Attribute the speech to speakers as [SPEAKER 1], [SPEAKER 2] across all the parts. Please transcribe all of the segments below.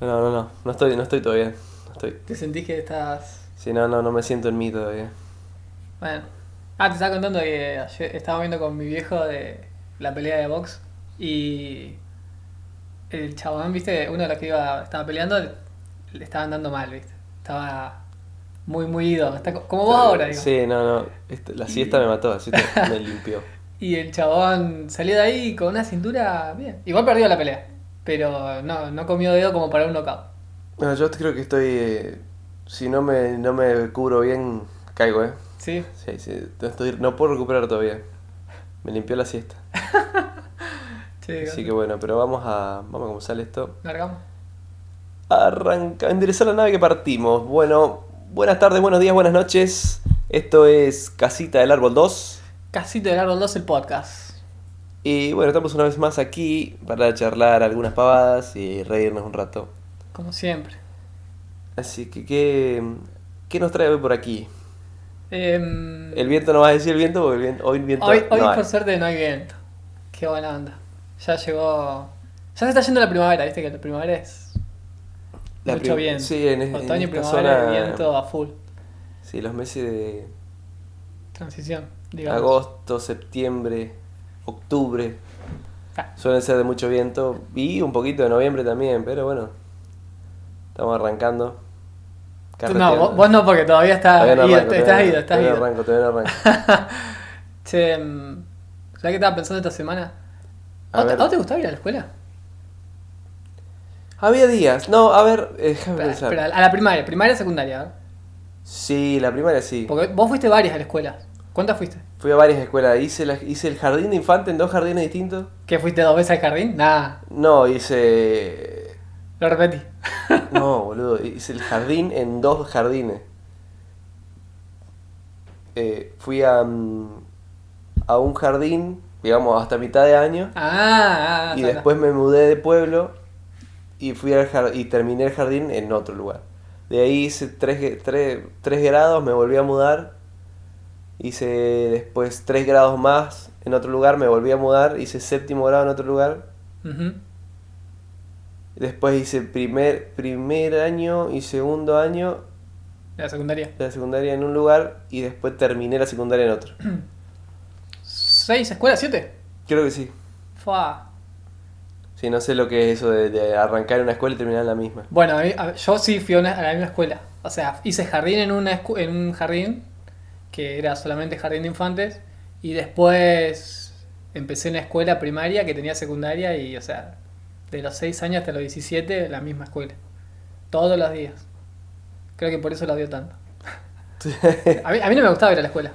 [SPEAKER 1] No, no, no. No estoy, no estoy todavía. No estoy.
[SPEAKER 2] ¿Te sentís que estás.?
[SPEAKER 1] Sí, no, no, no me siento en mí todavía.
[SPEAKER 2] Bueno. Ah, te estaba contando que ayer estaba viendo con mi viejo de la pelea de box y el chabón, viste, uno de los que iba, estaba peleando, le estaban dando mal, viste. Estaba muy, muy ido. Está co- como vos ahora, digo.
[SPEAKER 1] Sí, no, no. Este- La siesta me mató, la siesta me limpió.
[SPEAKER 2] Y el chabón salió de ahí con una cintura bien. Igual perdió la pelea, pero no, no comió dedo como para un knockout.
[SPEAKER 1] No, yo creo que estoy. eh, si no me, no me cubro bien, caigo, ¿eh?
[SPEAKER 2] Sí.
[SPEAKER 1] Sí, sí. No, estoy- no puedo recuperar todavía. Me limpió la siesta.
[SPEAKER 2] Sí,
[SPEAKER 1] Así que bueno, pero vamos a. Vamos a cómo sale esto.
[SPEAKER 2] largamos.
[SPEAKER 1] Arranca, enderezar la nave que partimos. Bueno, buenas tardes, buenos días, buenas noches. Esto es Casita del Árbol 2.
[SPEAKER 2] Casito de Árbol 2, el podcast.
[SPEAKER 1] Y bueno, estamos una vez más aquí para charlar algunas pavadas y reírnos un rato.
[SPEAKER 2] Como siempre.
[SPEAKER 1] Así que, ¿qué, qué nos trae hoy por aquí?
[SPEAKER 2] Em,
[SPEAKER 1] El viento no va a decir el viento porque el viento- hoy el viento
[SPEAKER 2] Hoy, hoy
[SPEAKER 1] no hay.
[SPEAKER 2] por suerte no hay viento. Qué buena onda. Ya llegó. Ya se está yendo la primavera, viste que la primavera es
[SPEAKER 1] La
[SPEAKER 2] mucho
[SPEAKER 1] prim-
[SPEAKER 2] viento.
[SPEAKER 1] Sí, en, es- en
[SPEAKER 2] Otoño y
[SPEAKER 1] esta
[SPEAKER 2] primavera
[SPEAKER 1] zona-
[SPEAKER 2] viento a full.
[SPEAKER 1] Sí, los meses de
[SPEAKER 2] Transición, digamos.
[SPEAKER 1] agosto, septiembre, octubre
[SPEAKER 2] Ah,
[SPEAKER 1] suelen ser de mucho viento y un poquito de noviembre también, pero bueno, estamos arrancando.
[SPEAKER 2] no,
[SPEAKER 1] Carreteando.
[SPEAKER 2] vos, vos no, porque todavía estás
[SPEAKER 1] Todavía no
[SPEAKER 2] ido,
[SPEAKER 1] arranco,
[SPEAKER 2] estás
[SPEAKER 1] todavía no-
[SPEAKER 2] ido, estás
[SPEAKER 1] todavía no
[SPEAKER 2] ido.
[SPEAKER 1] arranco, todavía no arranco.
[SPEAKER 2] Che, mm, ¿sabés qué estaba pensando esta semana?
[SPEAKER 1] A
[SPEAKER 2] ¿A vos te-
[SPEAKER 1] ver.
[SPEAKER 2] a vos te gustaba ir a la escuela?
[SPEAKER 1] Había días, no, a ver, eh, déjame
[SPEAKER 2] Pero,
[SPEAKER 1] pensar.
[SPEAKER 2] pero a la primaria, primaria secundaria. ¿eh?
[SPEAKER 1] Sí, la primaria sí.
[SPEAKER 2] Porque vos fuiste varias a la escuela. ¿Cuántas fuiste?
[SPEAKER 1] Fui a varias escuelas, hice, la- hice el jardín de infante en dos jardines distintos.
[SPEAKER 2] ¿Que fuiste dos veces al jardín? Nada,
[SPEAKER 1] No, hice...
[SPEAKER 2] lo repetí.
[SPEAKER 1] No, boludo, hice el jardín en dos jardines. Eh, fui a, mm, a un jardín, digamos, hasta mitad de año.
[SPEAKER 2] Ah, ah,
[SPEAKER 1] y
[SPEAKER 2] anda.
[SPEAKER 1] después me mudé de pueblo y fui al jar- y terminé el jardín en otro lugar. De ahí hice tres, ge- tres- tres grados, me volví a mudar. Hice después tres grados más en otro lugar, me volví a mudar. Hice séptimo grado en otro lugar.
[SPEAKER 2] Ujú.
[SPEAKER 1] Después hice primer, primer año y segundo año
[SPEAKER 2] De la secundaria.
[SPEAKER 1] de la secundaria en un lugar y después terminé la secundaria en otro.
[SPEAKER 2] ¿Seis escuelas? ¿Siete?
[SPEAKER 1] Creo que sí.
[SPEAKER 2] Fua.
[SPEAKER 1] Sí, no sé lo que es eso de, de arrancar en una escuela y terminar en la misma.
[SPEAKER 2] Bueno, a mí- a- yo sí fui a, una- a la misma escuela. O sea, hice jardín en, una escu- en un jardín que era solamente jardín de infantes. Y después empecé en la escuela primaria que tenía secundaria. Y, o sea, de los 6 años hasta los 17, la misma escuela. Todos los días. Creo que por eso la odio tanto. A mí, a mí no me gustaba ir a la escuela.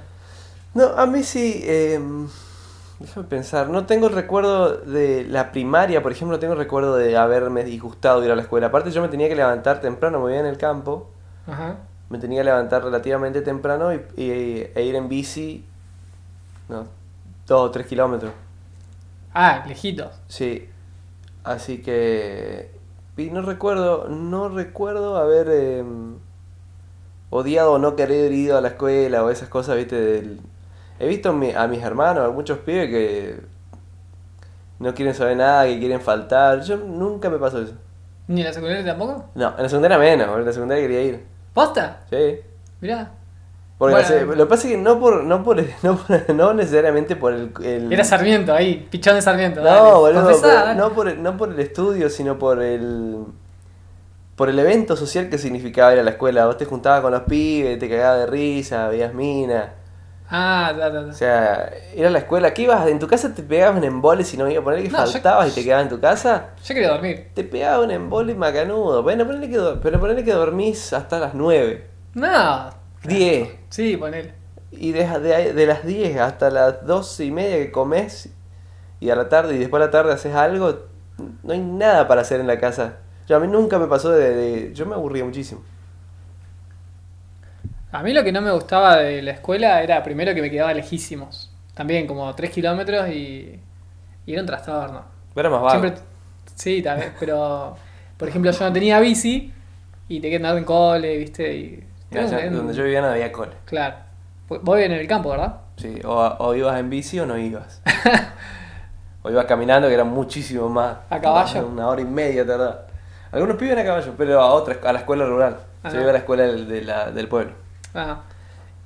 [SPEAKER 1] No, a mí sí. eh, déjame pensar. No tengo el recuerdo de la primaria, por ejemplo, no tengo el recuerdo de haberme disgustado de ir a la escuela. Aparte, yo me tenía que levantar temprano, me vivía en el campo.
[SPEAKER 2] Ajá.
[SPEAKER 1] Me tenía que levantar relativamente temprano y, y- e ir en bici. No, dos o tres kilómetros.
[SPEAKER 2] Ah, lejitos.
[SPEAKER 1] Sí. Así que. Y no recuerdo, no recuerdo haber eh, odiado o no querer ir a la escuela o esas cosas, viste, del- He visto mi- a mis hermanos, a muchos pibes que no quieren saber nada, que quieren faltar. Yo nunca me pasó eso.
[SPEAKER 2] ¿Ni en la secundaria tampoco?
[SPEAKER 1] No, en la secundaria menos, en la secundaria quería ir.
[SPEAKER 2] ¿Posta?
[SPEAKER 1] Sí.
[SPEAKER 2] Mirá.
[SPEAKER 1] Porque
[SPEAKER 2] Bueno.
[SPEAKER 1] no sé, lo que pasa es que no por, no por, no por- no necesariamente por el, el-
[SPEAKER 2] Era Sarmiento ahí, pichón de Sarmiento.
[SPEAKER 1] Mm. No,
[SPEAKER 2] dale.
[SPEAKER 1] boludo,
[SPEAKER 2] Confesá,
[SPEAKER 1] pero
[SPEAKER 2] dale.
[SPEAKER 1] no por, el- no por el estudio, sino por el por el evento social que significaba ir a la escuela. Vos te juntabas con los pibes, te cagabas de risa, veías minas.
[SPEAKER 2] Ah, da, da, da.
[SPEAKER 1] O sea, ir a la escuela, ¿qué ibas? ¿En tu casa te pegabas un embole si no iba a poner que
[SPEAKER 2] No, yo-
[SPEAKER 1] faltabas y te quedabas en tu casa?
[SPEAKER 2] Yo quería dormir.
[SPEAKER 1] Te pegaba un embole macanudo. Bueno, ponele que, do- pero ponele que dormís hasta las 9,
[SPEAKER 2] No.
[SPEAKER 1] 10.
[SPEAKER 2] Sí, ponele.
[SPEAKER 1] Y de, de, ahí- de las 10 hasta las 12 y media que comes y a la tarde y después a la tarde haces algo, no hay nada para hacer en la casa. Yo a mí nunca me pasó de... de- yo me aburría muchísimo.
[SPEAKER 2] A mí lo que no me gustaba de la escuela era primero que me quedaba lejísimos. También como 3 kilómetros y, y era un trastorno.
[SPEAKER 1] Pero era más vago.
[SPEAKER 2] Siempre- sí, también, pero por ejemplo yo no tenía bici y tenía que andar en cole, viste. Y,
[SPEAKER 1] Mira,
[SPEAKER 2] Era un-
[SPEAKER 1] yo-
[SPEAKER 2] era un-
[SPEAKER 1] donde yo vivía no había cole.
[SPEAKER 2] Claro. Vos vos vivís en el campo, ¿verdad?
[SPEAKER 1] Sí, o, o ibas en bici o no ibas. o ibas caminando que era muchísimo más.
[SPEAKER 2] ¿A caballo?
[SPEAKER 1] más de una hora y media tardaba. Algunos pibes a caballo, pero a otras, a la escuela rural.
[SPEAKER 2] Ajá.
[SPEAKER 1] Yo iba a la escuela del, de la- del pueblo.
[SPEAKER 2] Ajá.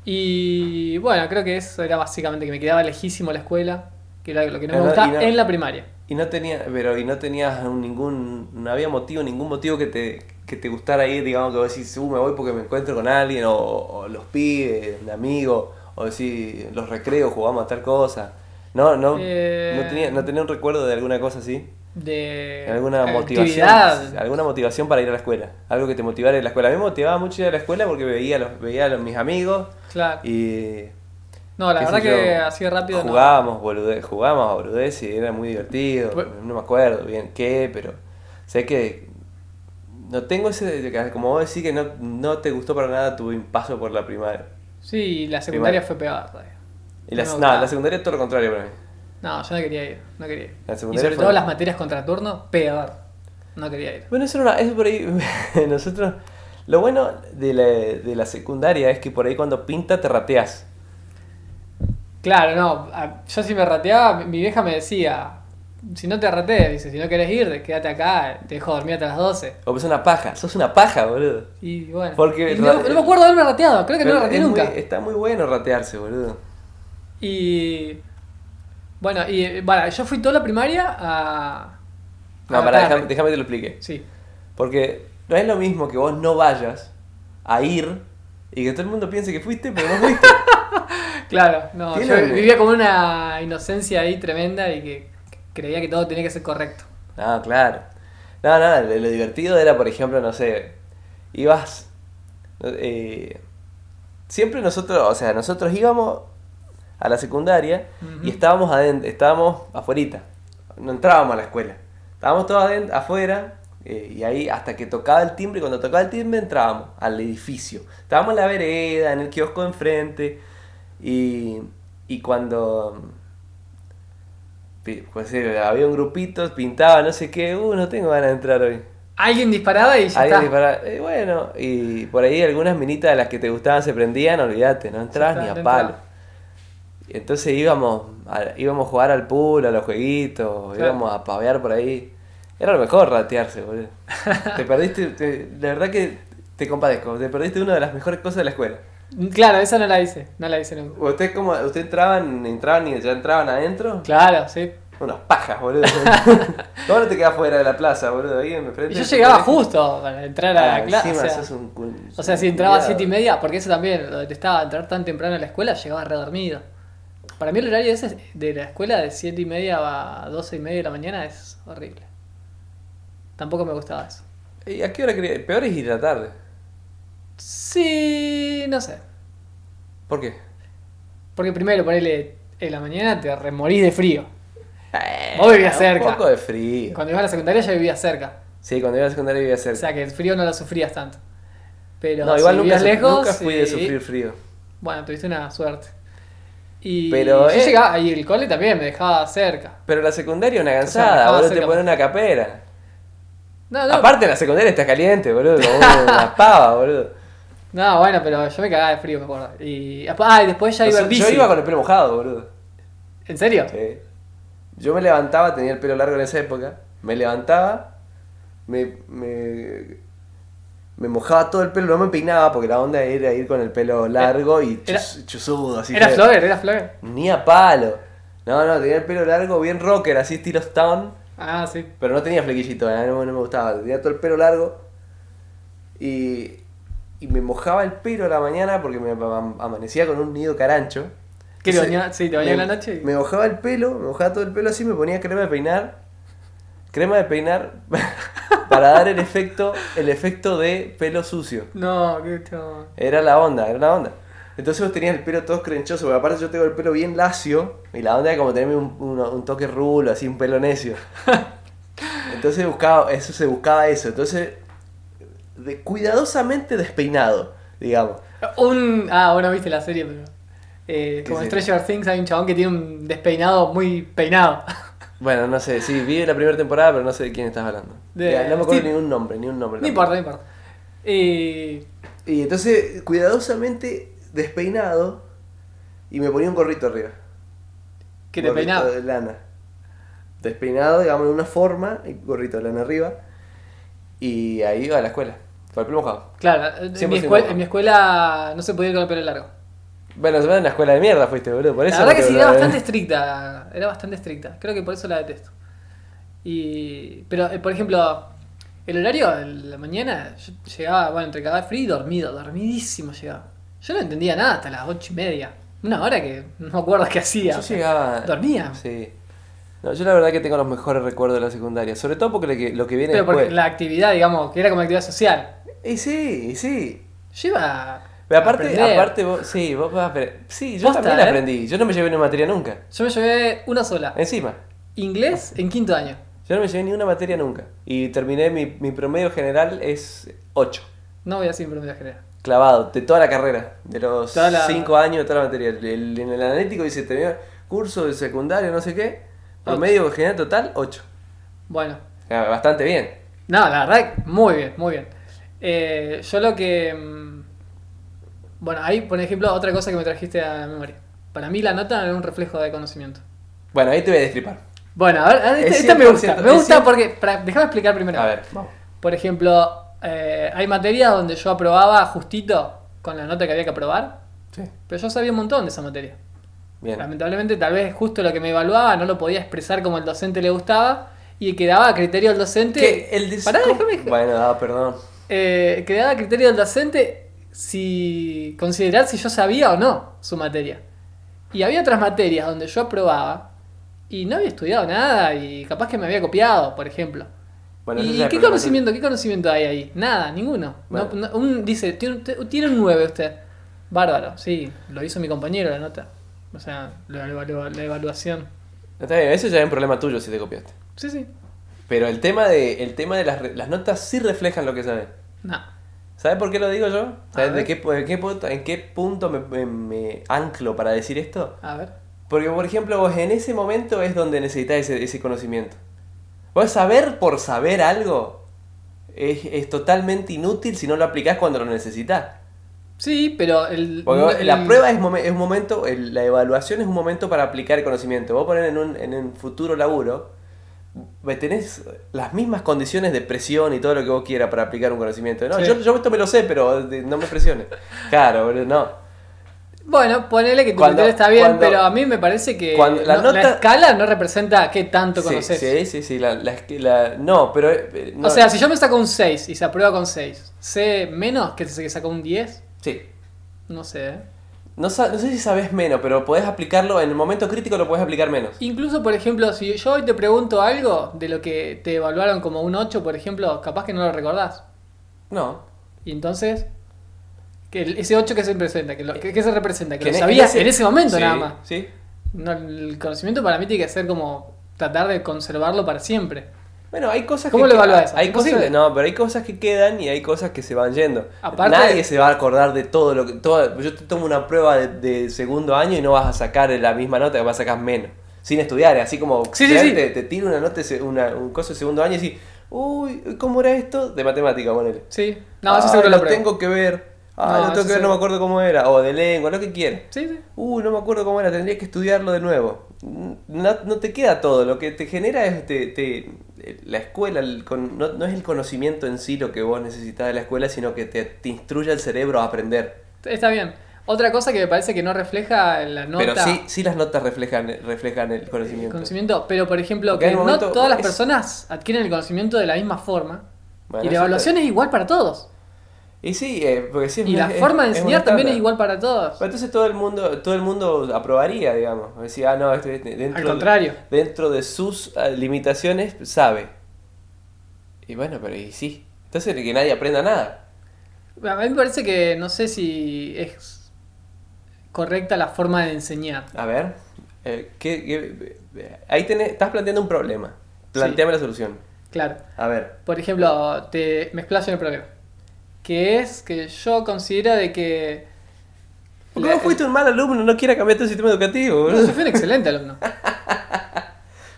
[SPEAKER 2] Y bueno, creo que eso era básicamente que me quedaba lejísimo la escuela, que era lo que no me
[SPEAKER 1] Ajá,
[SPEAKER 2] gustaba
[SPEAKER 1] y no-
[SPEAKER 2] en la primaria.
[SPEAKER 1] Y no tenía, pero y no tenías un- ningún, no había motivo, ningún motivo que te, que te gustara ir, digamos, que vos decís, uh, me voy porque me encuentro con alguien, o, o los pibes, un amigo, o decís, los recreos, jugamos a tal cosa. No, no,
[SPEAKER 2] Eh.
[SPEAKER 1] no tenía, no tenía un recuerdo de alguna cosa así.
[SPEAKER 2] De
[SPEAKER 1] Alguna motivación,
[SPEAKER 2] actividad.
[SPEAKER 1] alguna motivación para ir a la escuela, algo que te motivara en la escuela. A mí me motivaba mucho ir a la escuela porque veía a los, veía a los- mis amigos
[SPEAKER 2] Claro.
[SPEAKER 1] y
[SPEAKER 2] No, la
[SPEAKER 1] qué sé
[SPEAKER 2] verdad que
[SPEAKER 1] yo,
[SPEAKER 2] así de rápido no.
[SPEAKER 1] jugábamos, bolude- jugábamos a boludez y era muy divertido.
[SPEAKER 2] Bueno.
[SPEAKER 1] No me acuerdo bien qué, pero sé que no tengo ese, de que- como vos decís que no, no te gustó para nada tu paso por la primaria.
[SPEAKER 2] Sí, y la secundaria
[SPEAKER 1] Primaria.
[SPEAKER 2] fue peor todavía.
[SPEAKER 1] Y la,
[SPEAKER 2] No me
[SPEAKER 1] no,
[SPEAKER 2] gustaba.
[SPEAKER 1] la secundaria todo lo contrario para mí.
[SPEAKER 2] No, yo no quería ir, no quería ir.
[SPEAKER 1] La
[SPEAKER 2] Y
[SPEAKER 1] secundaria
[SPEAKER 2] sobre
[SPEAKER 1] fue-
[SPEAKER 2] todo las materias contra turno, peor. No quería ir.
[SPEAKER 1] Bueno, eso era una, es por ahí, nosotros, lo bueno de la, de la secundaria es que por ahí cuando pinta te rateas.
[SPEAKER 2] Claro, no, a- yo si me rateaba, mi- mi vieja me decía, si no te ratees, dice, si no querés ir, quédate acá, te dejo dormir hasta las 12.
[SPEAKER 1] O pues una paja, sos una paja, boludo.
[SPEAKER 2] Y bueno,
[SPEAKER 1] Porque
[SPEAKER 2] y no,
[SPEAKER 1] ra-
[SPEAKER 2] no me acuerdo de haberme rateado, creo que no
[SPEAKER 1] Pero
[SPEAKER 2] me rateé
[SPEAKER 1] es muy-
[SPEAKER 2] nunca.
[SPEAKER 1] está muy bueno ratearse, boludo.
[SPEAKER 2] Y bueno, y eh, bueno, yo fui toda la primaria a... a
[SPEAKER 1] No, pará,
[SPEAKER 2] la tarde.
[SPEAKER 1] Ah, déjame, déjame te lo explique.
[SPEAKER 2] Sí,
[SPEAKER 1] Porque no es lo mismo que vos no vayas a ir y que todo el mundo piense que fuiste, pero no fuiste.
[SPEAKER 2] claro, no, yo
[SPEAKER 1] Tiene-
[SPEAKER 2] vivía con una inocencia ahí tremenda y que creía que todo tenía que ser correcto.
[SPEAKER 1] no, claro. No, no, lo, lo divertido era, por ejemplo, no sé, ibas... eh, siempre nosotros, o sea, nosotros íbamos a la secundaria
[SPEAKER 2] Ujú.
[SPEAKER 1] y estábamos adentro, estábamos afuerita. No entrábamos a la escuela. Estábamos todos adentro, afuera eh, y ahí hasta que tocaba el timbre, y cuando tocaba el timbre entrábamos al edificio. Estábamos en la vereda, en el kiosco de enfrente y, y cuando... pi- Pues, sí, había un grupito, pintaba no sé qué, uh, no tengo ganas de entrar hoy.
[SPEAKER 2] Alguien disparaba y ya
[SPEAKER 1] Alguien
[SPEAKER 2] está.
[SPEAKER 1] disparaba, eh, bueno, y por ahí algunas minitas de las que te gustaban se prendían, olvídate, no entrabas
[SPEAKER 2] Ya está,
[SPEAKER 1] ni a
[SPEAKER 2] no
[SPEAKER 1] palo.
[SPEAKER 2] entraba.
[SPEAKER 1] Entonces íbamos a, íbamos a jugar al pool, a los jueguitos,
[SPEAKER 2] Claro.
[SPEAKER 1] íbamos a pavear por ahí. Era lo mejor ratearse, boludo. te perdiste, te- la verdad que te compadezco, te perdiste una de las mejores cosas de la escuela.
[SPEAKER 2] Mm, Claro, esa no la hice, no la hice nunca.
[SPEAKER 1] Ustedes como, ustedes entraban, entraban y ya entraban adentro,
[SPEAKER 2] Claro, sí.
[SPEAKER 1] unas pajas, boludo. ¿Cómo no te quedas fuera de la plaza, boludo? Ahí enfrente
[SPEAKER 2] Y yo
[SPEAKER 1] de tu
[SPEAKER 2] llegaba
[SPEAKER 1] colegio.
[SPEAKER 2] justo para entrar a
[SPEAKER 1] Ah,
[SPEAKER 2] la clase.
[SPEAKER 1] encima
[SPEAKER 2] o, sea,
[SPEAKER 1] sos un cul-
[SPEAKER 2] o sea, si entraba a
[SPEAKER 1] culiado.
[SPEAKER 2] siete y media, porque eso también lo detestaba, entrar tan temprano a la escuela, llegaba redormido. Para mí el horario ese de la escuela de siete y media a doce y media de la mañana es horrible. Tampoco me gustaba eso.
[SPEAKER 1] ¿Y a qué hora quería? Peor es ir a la tarde.
[SPEAKER 2] Sí, no sé.
[SPEAKER 1] ¿Por qué?
[SPEAKER 2] Porque primero, ponele en la mañana, te remorís de frío. Eh, Vos vivías cerca.
[SPEAKER 1] Ah, Un poco de frío.
[SPEAKER 2] Cuando ibas a la secundaria ya vivías cerca.
[SPEAKER 1] Sí, cuando iba a la secundaria vivía
[SPEAKER 2] O
[SPEAKER 1] cerca.
[SPEAKER 2] sea que el frío no lo sufrías tanto. Pero
[SPEAKER 1] No, igual
[SPEAKER 2] si
[SPEAKER 1] nunca,
[SPEAKER 2] vivías
[SPEAKER 1] su-
[SPEAKER 2] lejos,
[SPEAKER 1] nunca fui de
[SPEAKER 2] sí.
[SPEAKER 1] sufrir frío.
[SPEAKER 2] Bueno, tuviste una suerte. Y
[SPEAKER 1] Pero,
[SPEAKER 2] yo
[SPEAKER 1] eh,
[SPEAKER 2] llegaba, y el cole también me dejaba cerca.
[SPEAKER 1] Pero la secundaria una
[SPEAKER 2] sea,
[SPEAKER 1] cansada,
[SPEAKER 2] dejaba
[SPEAKER 1] boludo,
[SPEAKER 2] cerca.
[SPEAKER 1] te ponen una capera.
[SPEAKER 2] No, no,
[SPEAKER 1] Aparte en la secundaria está caliente, boludo, como una pava, boludo.
[SPEAKER 2] no, bueno, pero yo me cagaba de frío, me acuerdo. Y, ah, y después ya
[SPEAKER 1] O
[SPEAKER 2] iba
[SPEAKER 1] sea,
[SPEAKER 2] en bici.
[SPEAKER 1] yo iba con el pelo mojado, boludo.
[SPEAKER 2] ¿En serio?
[SPEAKER 1] Sí. Yo me levantaba, tenía el pelo largo en esa época, me levantaba, me, me, me mojaba todo el pelo, no me peinaba porque la onda era ir con el pelo largo y
[SPEAKER 2] Era-
[SPEAKER 1] chus- chuzudo, así
[SPEAKER 2] era
[SPEAKER 1] feo.
[SPEAKER 2] Flover, era Flover.
[SPEAKER 1] Ni a palo. No, no, tenía el pelo largo, bien rocker, así estilo Stone.
[SPEAKER 2] Ah, sí.
[SPEAKER 1] Pero no tenía flequillito, eh, no, no me gustaba. Tenía todo el pelo largo. Y, y me mojaba el pelo a la mañana porque me am- amanecía con un nido carancho.
[SPEAKER 2] Que te
[SPEAKER 1] Entonces,
[SPEAKER 2] bañaba- sí, te bañaba
[SPEAKER 1] me-
[SPEAKER 2] en la noche y-
[SPEAKER 1] Me mojaba el pelo, me mojaba todo el pelo así, me ponía crema de peinar. Crema de peinar para dar el efecto, el efecto de pelo sucio.
[SPEAKER 2] No, qué chavo.
[SPEAKER 1] Era la onda, era la onda. Entonces vos tenías el pelo todo crenchoso, porque aparte yo tengo el pelo bien lacio, y la onda era como tenerme un, un- un toque rulo, así un pelo necio. Entonces buscaba, eso se buscaba eso. Entonces, de- cuidadosamente despeinado, digamos.
[SPEAKER 2] Un. Ah, bueno, viste la serie, pero. eh,
[SPEAKER 1] ¿Qué
[SPEAKER 2] como en
[SPEAKER 1] serie?
[SPEAKER 2] Stranger Things hay un chabón que tiene un despeinado muy peinado.
[SPEAKER 1] Bueno, no sé, sí, vi la primera temporada, pero no sé de quién estás hablando.
[SPEAKER 2] De
[SPEAKER 1] Ya, no me acuerdo
[SPEAKER 2] Steve.
[SPEAKER 1] ni un nombre, ni un nombre.
[SPEAKER 2] no importa, no importa. Y.
[SPEAKER 1] Y entonces, cuidadosamente despeinado, y me ponía un gorrito arriba.
[SPEAKER 2] Que te
[SPEAKER 1] Gorrito
[SPEAKER 2] peinaba.
[SPEAKER 1] de lana. Despeinado, digamos, en una forma, y gorrito de lana arriba. Y ahí iba a la escuela, con el pelo mojado.
[SPEAKER 2] Claro, en mi,
[SPEAKER 1] 100%
[SPEAKER 2] escuela,
[SPEAKER 1] mojado.
[SPEAKER 2] en mi escuela no se podía ir con el pelo largo.
[SPEAKER 1] Bueno, se van a la escuela de mierda fuiste, boludo, por eso.
[SPEAKER 2] La verdad
[SPEAKER 1] no
[SPEAKER 2] que
[SPEAKER 1] te
[SPEAKER 2] sí, era
[SPEAKER 1] lo-
[SPEAKER 2] bastante estricta. Era bastante estricta. Creo que por eso la detesto. Y, pero, eh, por ejemplo, el horario de la mañana, yo llegaba, bueno, entre cada frío y dormido, dormidísimo llegaba. Yo no entendía nada hasta las ocho y media. Una hora que no me acuerdo qué hacía.
[SPEAKER 1] Yo llegaba.
[SPEAKER 2] Dormía.
[SPEAKER 1] Sí. No, yo la verdad que tengo los mejores recuerdos de la secundaria, sobre todo porque lo que, lo que viene
[SPEAKER 2] pero porque
[SPEAKER 1] después.
[SPEAKER 2] la actividad, digamos, que era como actividad social.
[SPEAKER 1] Y sí, y sí.
[SPEAKER 2] Yo iba. a
[SPEAKER 1] Pero aparte,
[SPEAKER 2] aprender.
[SPEAKER 1] aparte vos, sí, vos vas a aprender. Sí, yo
[SPEAKER 2] Posta,
[SPEAKER 1] también
[SPEAKER 2] ¿eh?
[SPEAKER 1] aprendí. Yo no me llevé una materia nunca.
[SPEAKER 2] Yo me llevé una sola.
[SPEAKER 1] Encima,
[SPEAKER 2] Inglés
[SPEAKER 1] Ah.
[SPEAKER 2] en quinto año.
[SPEAKER 1] yo no me llevé ni una materia nunca. Y terminé, mi, mi promedio general es 8.
[SPEAKER 2] No voy a decir promedio general.
[SPEAKER 1] Clavado, de toda la carrera. De los
[SPEAKER 2] Toda la-
[SPEAKER 1] 5 años de toda la materia. El- el- en el analítico dice, terminó curso de secundario, no sé qué. Promedio general total, 8.
[SPEAKER 2] Bueno,
[SPEAKER 1] Bastante bien.
[SPEAKER 2] No, la verdad, muy bien, muy bien. Eh, yo lo que. mm, Bueno, ahí, por ejemplo, otra cosa que me trajiste a la memoria. Para mí, la nota era un reflejo de conocimiento.
[SPEAKER 1] Bueno, ahí te voy a destripar.
[SPEAKER 2] Bueno, a ver, a ver,
[SPEAKER 1] Es
[SPEAKER 2] esta, esta me gusta.
[SPEAKER 1] 100%,
[SPEAKER 2] Me
[SPEAKER 1] es
[SPEAKER 2] gusta
[SPEAKER 1] 100%.
[SPEAKER 2] porque. para- déjame explicar primero.
[SPEAKER 1] A ver, vamos.
[SPEAKER 2] Por ejemplo, eh, hay materias donde yo aprobaba justito con la nota que había que aprobar,
[SPEAKER 1] Sí.
[SPEAKER 2] pero yo sabía un montón de esa materia.
[SPEAKER 1] Bien.
[SPEAKER 2] Lamentablemente, tal vez justo lo que me evaluaba no lo podía expresar como el docente le gustaba y quedaba a criterio del docente.
[SPEAKER 1] Que el dis-
[SPEAKER 2] Pará, déjame-
[SPEAKER 1] Bueno, ah, perdón.
[SPEAKER 2] eh, quedaba a criterio del docente si considerar si yo sabía o no su materia. Y había otras materias donde yo aprobaba y no había estudiado nada y capaz que me había copiado, por ejemplo.
[SPEAKER 1] Bueno, eso
[SPEAKER 2] ¿Y
[SPEAKER 1] ya es
[SPEAKER 2] qué
[SPEAKER 1] problema
[SPEAKER 2] conocimiento, qué conocimiento hay ahí? Nada, ninguno. No-
[SPEAKER 1] Bueno.
[SPEAKER 2] no- un, dice, tiene, un- tiene un 9 usted. Bárbaro, sí, lo hizo mi compañero la nota. O sea, la, evalu- la evaluación.
[SPEAKER 1] tuyo. Está bien, eso ya es un problema tuyo si te copiaste.
[SPEAKER 2] Sí, sí.
[SPEAKER 1] Pero el tema de, el tema de las, re- las notas sí reflejan lo que sabes.
[SPEAKER 2] No.
[SPEAKER 1] ¿Sabes por qué lo digo yo? ¿Sabes
[SPEAKER 2] A
[SPEAKER 1] de
[SPEAKER 2] ver.
[SPEAKER 1] qué, pu- en, qué punto, en qué punto me, me- me anclo para decir esto?
[SPEAKER 2] A ver.
[SPEAKER 1] Porque, por ejemplo, vos en ese momento es donde necesitas ese, ese conocimiento. Vos saber por saber algo es, es totalmente inútil si no lo aplicás cuando lo necesitas.
[SPEAKER 2] Sí, pero el.
[SPEAKER 1] Porque vos- la
[SPEAKER 2] el-
[SPEAKER 1] prueba es, momen- es un momento, el- la evaluación es un momento para aplicar el conocimiento. Vos poner en un, en un futuro laburo, ve- tenés las mismas condiciones de presión y todo lo que vos quieras para aplicar un conocimiento. No,
[SPEAKER 2] Sí.
[SPEAKER 1] yo, yo esto me lo sé, pero de- no me presiones. Claro, boludo, no.
[SPEAKER 2] Bueno, ponele que tu
[SPEAKER 1] Cuando-
[SPEAKER 2] criterio está bien,
[SPEAKER 1] cuando-
[SPEAKER 2] pero a mí me parece que
[SPEAKER 1] cuando la
[SPEAKER 2] no-
[SPEAKER 1] nota-
[SPEAKER 2] escala no representa qué tanto
[SPEAKER 1] Sí,
[SPEAKER 2] conoces.
[SPEAKER 1] sí, sí, sí, la, la- la- no, pero... eh, no.
[SPEAKER 2] O sea, si yo me saco un 6 y se aprueba con 6, ¿sé menos que si se sacó un 10?
[SPEAKER 1] Sí.
[SPEAKER 2] No sé. ¿eh?
[SPEAKER 1] No, sa- no sé si sabes menos, pero podés aplicarlo, en el momento crítico lo podés aplicar menos.
[SPEAKER 2] Incluso, por ejemplo, si yo hoy te pregunto algo de lo que te evaluaron como un 8, por ejemplo, capaz que no lo recordás.
[SPEAKER 1] No.
[SPEAKER 2] Y entonces, que el- ese 8 que se representa, que, lo- que- que se representa, que
[SPEAKER 1] Que
[SPEAKER 2] lo
[SPEAKER 1] en- en
[SPEAKER 2] sabías
[SPEAKER 1] ese-
[SPEAKER 2] en ese momento
[SPEAKER 1] Sí,
[SPEAKER 2] nada más.
[SPEAKER 1] Sí.
[SPEAKER 2] No, el conocimiento para mí tiene que ser como tratar de conservarlo para siempre.
[SPEAKER 1] Bueno, hay cosas
[SPEAKER 2] ¿Cómo
[SPEAKER 1] que
[SPEAKER 2] lo
[SPEAKER 1] quedan-
[SPEAKER 2] evaluás?
[SPEAKER 1] Hay
[SPEAKER 2] Imposible.
[SPEAKER 1] cosas, no, pero hay cosas que quedan y hay cosas que se van yendo.
[SPEAKER 2] Aparte-
[SPEAKER 1] Nadie se va a acordar de todo lo que todo, yo te tomo una prueba de, de segundo año y no vas a sacar la misma nota, vas a sacar menos. Sin estudiar, así como
[SPEAKER 2] Sí, sí,
[SPEAKER 1] te,
[SPEAKER 2] sí.
[SPEAKER 1] Te, te tiro una nota de se- una- un coso de segundo año y decís, "Uy, ¿cómo era esto?" de matemática, ponele.
[SPEAKER 2] Sí, no, eso
[SPEAKER 1] Ay,
[SPEAKER 2] seguro lo
[SPEAKER 1] lo
[SPEAKER 2] pruebo.
[SPEAKER 1] tengo que ver. Ah,
[SPEAKER 2] No,
[SPEAKER 1] lo tengo que
[SPEAKER 2] eso
[SPEAKER 1] ver, no
[SPEAKER 2] seguro.
[SPEAKER 1] me acuerdo cómo era o de lengua, lo que quieras.
[SPEAKER 2] Sí, sí.
[SPEAKER 1] Uh, no me acuerdo cómo era, tendría que estudiarlo de nuevo. No, no te queda todo, lo que te genera es te- te- la escuela, el con- no, no es el conocimiento en sí lo que vos necesitas de la escuela, sino que te, te instruye el cerebro a aprender.
[SPEAKER 2] Está bien. Otra cosa que me parece que no refleja la nota.
[SPEAKER 1] Pero sí, sí las notas reflejan, reflejan el
[SPEAKER 2] el
[SPEAKER 1] conocimiento.
[SPEAKER 2] conocimiento, pero por ejemplo,
[SPEAKER 1] Porque en
[SPEAKER 2] que
[SPEAKER 1] el
[SPEAKER 2] no
[SPEAKER 1] momento-
[SPEAKER 2] todas las
[SPEAKER 1] es-
[SPEAKER 2] personas adquieren el conocimiento de la misma forma.
[SPEAKER 1] Bueno,
[SPEAKER 2] y la
[SPEAKER 1] eso
[SPEAKER 2] evaluación es igual para todos.
[SPEAKER 1] Y sí, eh, porque sí es
[SPEAKER 2] Y
[SPEAKER 1] muy-
[SPEAKER 2] la
[SPEAKER 1] es-
[SPEAKER 2] forma de
[SPEAKER 1] es un
[SPEAKER 2] enseñar también
[SPEAKER 1] estándar.
[SPEAKER 2] es igual para todos.
[SPEAKER 1] Pero entonces todo el mundo, todo el mundo aprobaría, digamos. Decía, ah, no, este- este- dentro,
[SPEAKER 2] Al contrario.
[SPEAKER 1] dentro de sus eh, limitaciones sabe. Y bueno, pero y sí. Entonces que nadie aprenda nada.
[SPEAKER 2] A mí me parece que no sé si es correcta la forma de enseñar.
[SPEAKER 1] A ver, eh, ¿qué- qué- eh, ahí tenés- estás planteando un problema. Planteame la solución.
[SPEAKER 2] Claro.
[SPEAKER 1] A ver.
[SPEAKER 2] Por ejemplo, te, me explayo en el problema. Que es que yo considero de que.
[SPEAKER 1] ¿Cómo
[SPEAKER 2] la-
[SPEAKER 1] fuiste un mal alumno? No quieras cambiar tu sistema educativo,
[SPEAKER 2] No,
[SPEAKER 1] boludo.
[SPEAKER 2] yo fui un excelente alumno.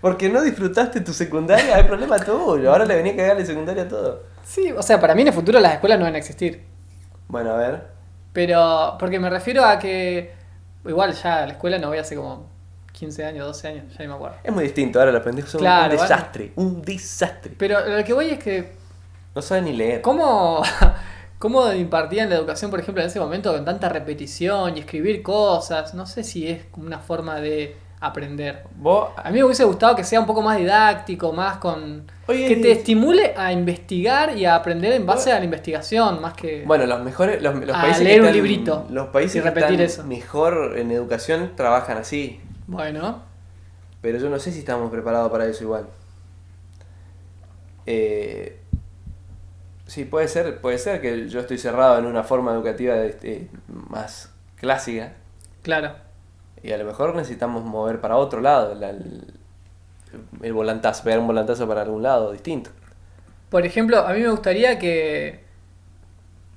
[SPEAKER 1] Porque no disfrutaste tu secundaria, es problema tuyo. Ahora le venía a cagar la secundaria a todo.
[SPEAKER 2] Sí, o sea, para mí en el futuro las escuelas no van a existir.
[SPEAKER 1] Bueno, a ver.
[SPEAKER 2] Pero, porque me refiero a que. Igual ya a la escuela no voy hace como 15 años, 12 años, ya ni me acuerdo.
[SPEAKER 1] Es muy distinto, ahora los pendejos son
[SPEAKER 2] Claro,
[SPEAKER 1] un
[SPEAKER 2] ahora-
[SPEAKER 1] desastre. Un desastre.
[SPEAKER 2] Pero lo que voy es que
[SPEAKER 1] No sabe ni leer.
[SPEAKER 2] ¿Cómo, ¿Cómo impartían la educación, por ejemplo, en ese momento con tanta repetición y escribir cosas? No sé si es como una forma de aprender.
[SPEAKER 1] Vos,
[SPEAKER 2] A mí me hubiese gustado que sea un poco más didáctico, más con...
[SPEAKER 1] Oye, eh,
[SPEAKER 2] que
[SPEAKER 1] y-
[SPEAKER 2] te estimule a investigar y a aprender en base a la investigación, más que...
[SPEAKER 1] bueno, los mejores, los, los
[SPEAKER 2] A
[SPEAKER 1] países
[SPEAKER 2] leer
[SPEAKER 1] que
[SPEAKER 2] un
[SPEAKER 1] están-
[SPEAKER 2] librito
[SPEAKER 1] los países
[SPEAKER 2] y repetir
[SPEAKER 1] que
[SPEAKER 2] eso.
[SPEAKER 1] están mejor en educación trabajan así,
[SPEAKER 2] Bueno,
[SPEAKER 1] pero yo no sé si estamos preparados para eso igual. Eh, sí, puede ser, puede ser que yo estoy cerrado en una forma educativa este, más clásica
[SPEAKER 2] claro.
[SPEAKER 1] y a lo mejor necesitamos mover para otro lado la- el, el volantazo, pegar un volantazo para algún lado distinto.
[SPEAKER 2] Por ejemplo, a mí me gustaría que,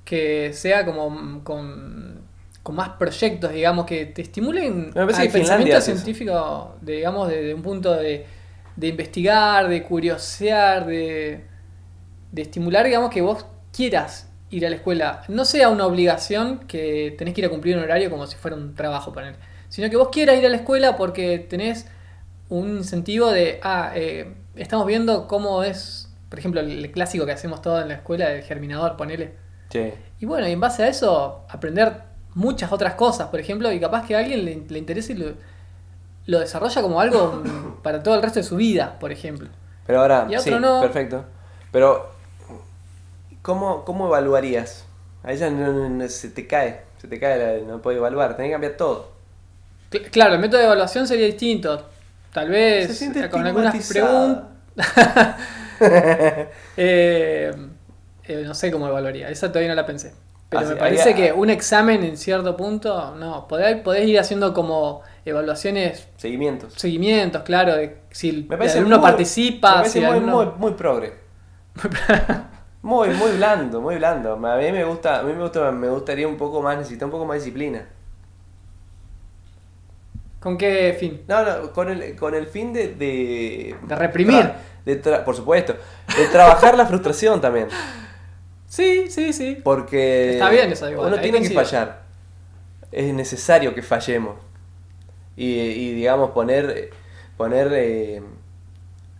[SPEAKER 2] que sea como mm, con, con más proyectos, digamos, que te estimulen
[SPEAKER 1] Me parece
[SPEAKER 2] al
[SPEAKER 1] que Finlandia
[SPEAKER 2] pensamiento
[SPEAKER 1] hace eso.
[SPEAKER 2] científico, de, digamos, desde un punto de, de investigar, de curiosear, de, de estimular, digamos, que vos quieras ir a la escuela. No sea una obligación que tenés que ir a cumplir un horario como si fuera un trabajo, poner, sino que vos quieras ir a la escuela porque tenés un incentivo de, ah, eh, estamos viendo cómo es, por ejemplo, el clásico que hacemos todo en la escuela, el germinador, ponele.
[SPEAKER 1] Che,
[SPEAKER 2] Y bueno, y en base a eso, aprender muchas otras cosas, por ejemplo, y capaz que a alguien le, le interese y lo, lo desarrolla como algo mm, para todo el resto de su vida, por ejemplo.
[SPEAKER 1] Pero ahora,
[SPEAKER 2] Y otro
[SPEAKER 1] sí,
[SPEAKER 2] no.
[SPEAKER 1] perfecto. Pero, ¿cómo, ¿cómo evaluarías? A ella no, no- no- se te cae, se te cae, la, no puede evaluar, tenés que cambiar todo.
[SPEAKER 2] Cl- claro, el método de evaluación sería distinto. Tal
[SPEAKER 1] Se
[SPEAKER 2] vez
[SPEAKER 1] siente
[SPEAKER 2] con algunas preguntas.
[SPEAKER 1] estigmatizada.
[SPEAKER 2] Eh, eh, no sé cómo evaluaría, esa todavía no la pensé. Pero
[SPEAKER 1] Así,
[SPEAKER 2] me parece
[SPEAKER 1] haría-
[SPEAKER 2] que un examen en cierto punto, no, podés, podés ir haciendo como evaluaciones,
[SPEAKER 1] Seguimientos.
[SPEAKER 2] seguimientos, claro, de si el
[SPEAKER 1] Me parece
[SPEAKER 2] alumno
[SPEAKER 1] muy-
[SPEAKER 2] participa,
[SPEAKER 1] me parece
[SPEAKER 2] si el
[SPEAKER 1] muy,
[SPEAKER 2] alumno-
[SPEAKER 1] muy, muy progre. Muy, muy blando, muy blando. A mí me gusta, a mí me gusta, me gustaría un poco más, necesita un poco más de disciplina.
[SPEAKER 2] ¿Con qué fin?
[SPEAKER 1] No, no, con el, con el fin de... De,
[SPEAKER 2] De reprimir.
[SPEAKER 1] tra- de tra- por supuesto. De trabajar la frustración también.
[SPEAKER 2] Sí, sí, sí.
[SPEAKER 1] Porque
[SPEAKER 2] Está bien eso, igual,
[SPEAKER 1] uno
[SPEAKER 2] ahí
[SPEAKER 1] tiene que
[SPEAKER 2] coincido.
[SPEAKER 1] fallar. Es necesario que fallemos. Y, y, digamos, poner, poner eh,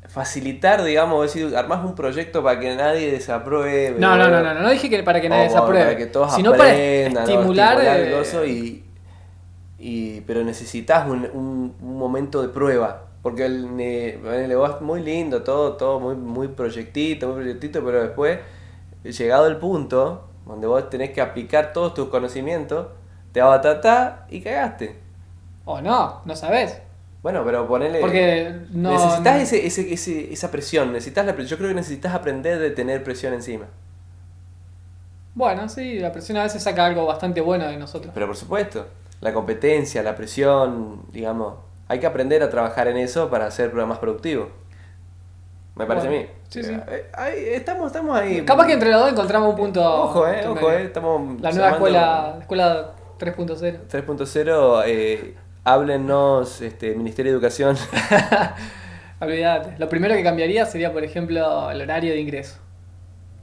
[SPEAKER 1] facilitar, digamos, es decir, armás un proyecto para que nadie desapruebe.
[SPEAKER 2] No, no, no, no, no, no dije que para que nadie
[SPEAKER 1] O, bueno,
[SPEAKER 2] desapruebe,
[SPEAKER 1] Eh, Para Oh, que todos
[SPEAKER 2] sino para
[SPEAKER 1] aprendan, ¿no?
[SPEAKER 2] estimular,
[SPEAKER 1] el
[SPEAKER 2] eh,
[SPEAKER 1] gozo y, y- pero necesitas un, un- un momento de prueba. Porque el, ne- ponele, vos, muy lindo, todo, todo muy, muy proyectito, muy proyectito, pero después, llegado el punto donde vos tenés que aplicar todos tus conocimientos, te abatatá y cagaste.
[SPEAKER 2] O no, no sabes.
[SPEAKER 1] Bueno, pero ponele.
[SPEAKER 2] Porque no.
[SPEAKER 1] necesitas
[SPEAKER 2] no-
[SPEAKER 1] ese- ese- ese- esa presión, necesitas la pre- Yo creo que necesitas aprender de tener presión encima.
[SPEAKER 2] Bueno, sí, la presión a veces saca algo bastante bueno de nosotros.
[SPEAKER 1] Pero por supuesto, la competencia, la presión, digamos, hay que aprender a trabajar en eso para ser más productivo. Me parece
[SPEAKER 2] Bueno,
[SPEAKER 1] a mí.
[SPEAKER 2] sí, sí.
[SPEAKER 1] Eh, ahí estamos, estamos ahí.
[SPEAKER 2] Capaz que entre los dos encontramos un punto.
[SPEAKER 1] eh, Ojo, eh,
[SPEAKER 2] punto
[SPEAKER 1] ojo, eh,
[SPEAKER 2] medio.
[SPEAKER 1] estamos.
[SPEAKER 2] La nueva
[SPEAKER 1] sumando-
[SPEAKER 2] escuela, la escuela 3.0.
[SPEAKER 1] 3.0, eh, háblennos, este, Ministerio de Educación.
[SPEAKER 2] Olvídate. Lo primero que cambiaría sería, por ejemplo, el horario de ingreso.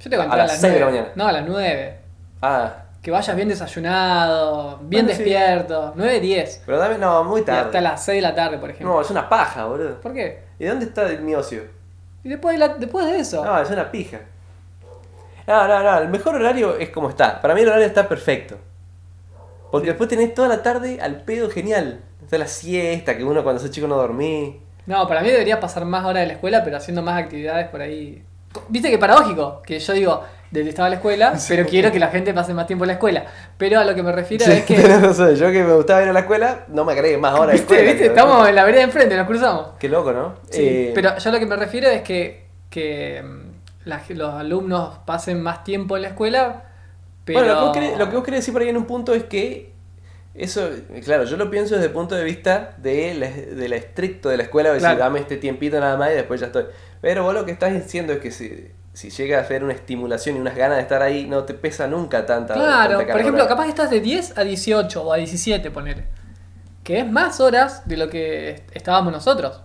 [SPEAKER 2] Yo te
[SPEAKER 1] A
[SPEAKER 2] conté
[SPEAKER 1] las seis de la mañana.
[SPEAKER 2] No, a las 9.
[SPEAKER 1] ah,
[SPEAKER 2] Que vayas bien desayunado, bien
[SPEAKER 1] Bueno, sí.
[SPEAKER 2] despierto. 9, 10.
[SPEAKER 1] pero dame, no, muy
[SPEAKER 2] Y hasta
[SPEAKER 1] tarde.
[SPEAKER 2] las 6 de la tarde, por ejemplo.
[SPEAKER 1] No, es una paja, boludo.
[SPEAKER 2] ¿Por qué?
[SPEAKER 1] ¿Y dónde está mi ocio?
[SPEAKER 2] Y después de, la- después de eso.
[SPEAKER 1] No, es una pija. No, no, no, el mejor horario es como está. Para mí el horario está perfecto. Porque después tenés toda la tarde al pedo genial. Está la siesta, que uno cuando sos chico no dormí.
[SPEAKER 2] No, para mí debería pasar más horas de la escuela, pero haciendo más actividades por ahí. Viste que paradójico, que yo digo, detestaba la escuela, pero quiero que la gente pase más tiempo en la escuela. Pero a lo que me refiero es que.
[SPEAKER 1] Tenés razón, yo que me gustaba ir a la escuela, no me agregues más horas de
[SPEAKER 2] ¿Viste?
[SPEAKER 1] escuela.
[SPEAKER 2] ¿Viste?
[SPEAKER 1] cabrón.
[SPEAKER 2] Estamos en la vereda de enfrente, nos cruzamos.
[SPEAKER 1] Qué loco, ¿no?
[SPEAKER 2] Sí,
[SPEAKER 1] Eh,
[SPEAKER 2] pero yo lo que me refiero es que, que mm, la- los alumnos pasen más tiempo en la escuela, pero...
[SPEAKER 1] Bueno, lo que, vos querés, lo que vos querés decir por ahí en un punto es que eso, claro, yo lo pienso desde el punto de vista de la, de la estricto de la escuela, de decir,
[SPEAKER 2] Claro.
[SPEAKER 1] dame este tiempito nada más y después ya estoy. Pero vos lo que estás diciendo es que si, si llega a ser una estimulación y unas ganas de estar ahí, no te pesa nunca tanta. tanta
[SPEAKER 2] Claro,
[SPEAKER 1] carga
[SPEAKER 2] por ejemplo,
[SPEAKER 1] horaria.
[SPEAKER 2] capaz que estás de 10 a 18 o a 17, ponele. Que es más horas de lo que est- estábamos nosotros.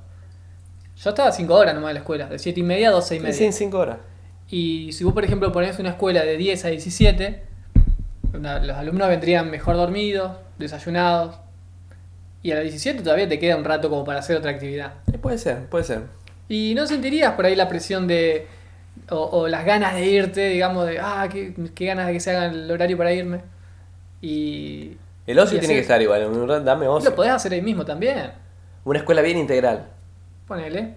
[SPEAKER 2] Yo estaba 5 horas nomás en la escuela, de 7 y media a 12 y
[SPEAKER 1] Sí,
[SPEAKER 2] media.
[SPEAKER 1] sí, en cinco horas.
[SPEAKER 2] Y si vos, por ejemplo, ponés una escuela de 10 a 17, una- los alumnos vendrían mejor dormidos, desayunados. Y a las 17 todavía te queda un rato como para hacer otra actividad.
[SPEAKER 1] Eh, puede ser, puede ser.
[SPEAKER 2] Y no sentirías por ahí la presión de, O, o las ganas de irte, digamos, de, ah, qué, qué ganas de que se haga el horario para irme. Y
[SPEAKER 1] El ocio
[SPEAKER 2] Y
[SPEAKER 1] tiene
[SPEAKER 2] así-
[SPEAKER 1] que estar igual, en un rato dame
[SPEAKER 2] lo
[SPEAKER 1] ocio.
[SPEAKER 2] podés hacer ahí mismo también.
[SPEAKER 1] Una escuela bien integral.
[SPEAKER 2] Ponele.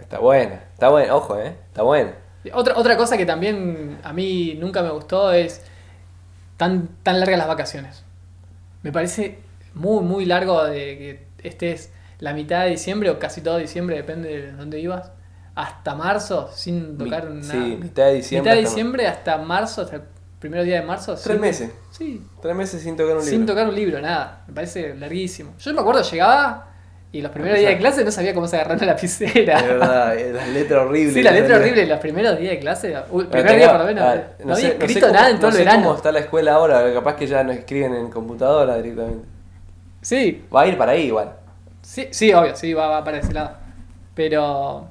[SPEAKER 1] Está buena, está buena, ojo, eh, está buena.
[SPEAKER 2] Otra, otra cosa que también a mí nunca me gustó es tan, tan largas las vacaciones. Me parece muy, muy largo de que estés la mitad de diciembre o casi todo diciembre, depende de dónde ibas, hasta marzo sin tocar
[SPEAKER 1] Mi-
[SPEAKER 2] nada.
[SPEAKER 1] Sí, mitad de diciembre.
[SPEAKER 2] mitad de
[SPEAKER 1] hasta-
[SPEAKER 2] diciembre hasta marzo, hasta el primer día de marzo.
[SPEAKER 1] Tres
[SPEAKER 2] sin-
[SPEAKER 1] meses.
[SPEAKER 2] Sí,
[SPEAKER 1] Tres meses sin tocar un libro.
[SPEAKER 2] sin tocar un libro, nada. Me parece larguísimo. Yo me acuerdo, llegaba y los primeros días de clase no sabía cómo se agarraba la lapicera.
[SPEAKER 1] Es verdad, eh, la letra horrible.
[SPEAKER 2] Sí, la letra horrible, los primeros días de clase. Uy,
[SPEAKER 1] Pero
[SPEAKER 2] primer día
[SPEAKER 1] tenía-
[SPEAKER 2] por lo menos.
[SPEAKER 1] ah,
[SPEAKER 2] no, había
[SPEAKER 1] sé- sé
[SPEAKER 2] escrito
[SPEAKER 1] cómo-
[SPEAKER 2] nada en todo
[SPEAKER 1] no
[SPEAKER 2] el
[SPEAKER 1] sé
[SPEAKER 2] verano.
[SPEAKER 1] cómo está la escuela ahora? Capaz que ya no escriben en computadora directamente.
[SPEAKER 2] Sí,
[SPEAKER 1] Va a ir para ahí igual.
[SPEAKER 2] sí, sí, obvio, sí, va, va para ese lado. Pero.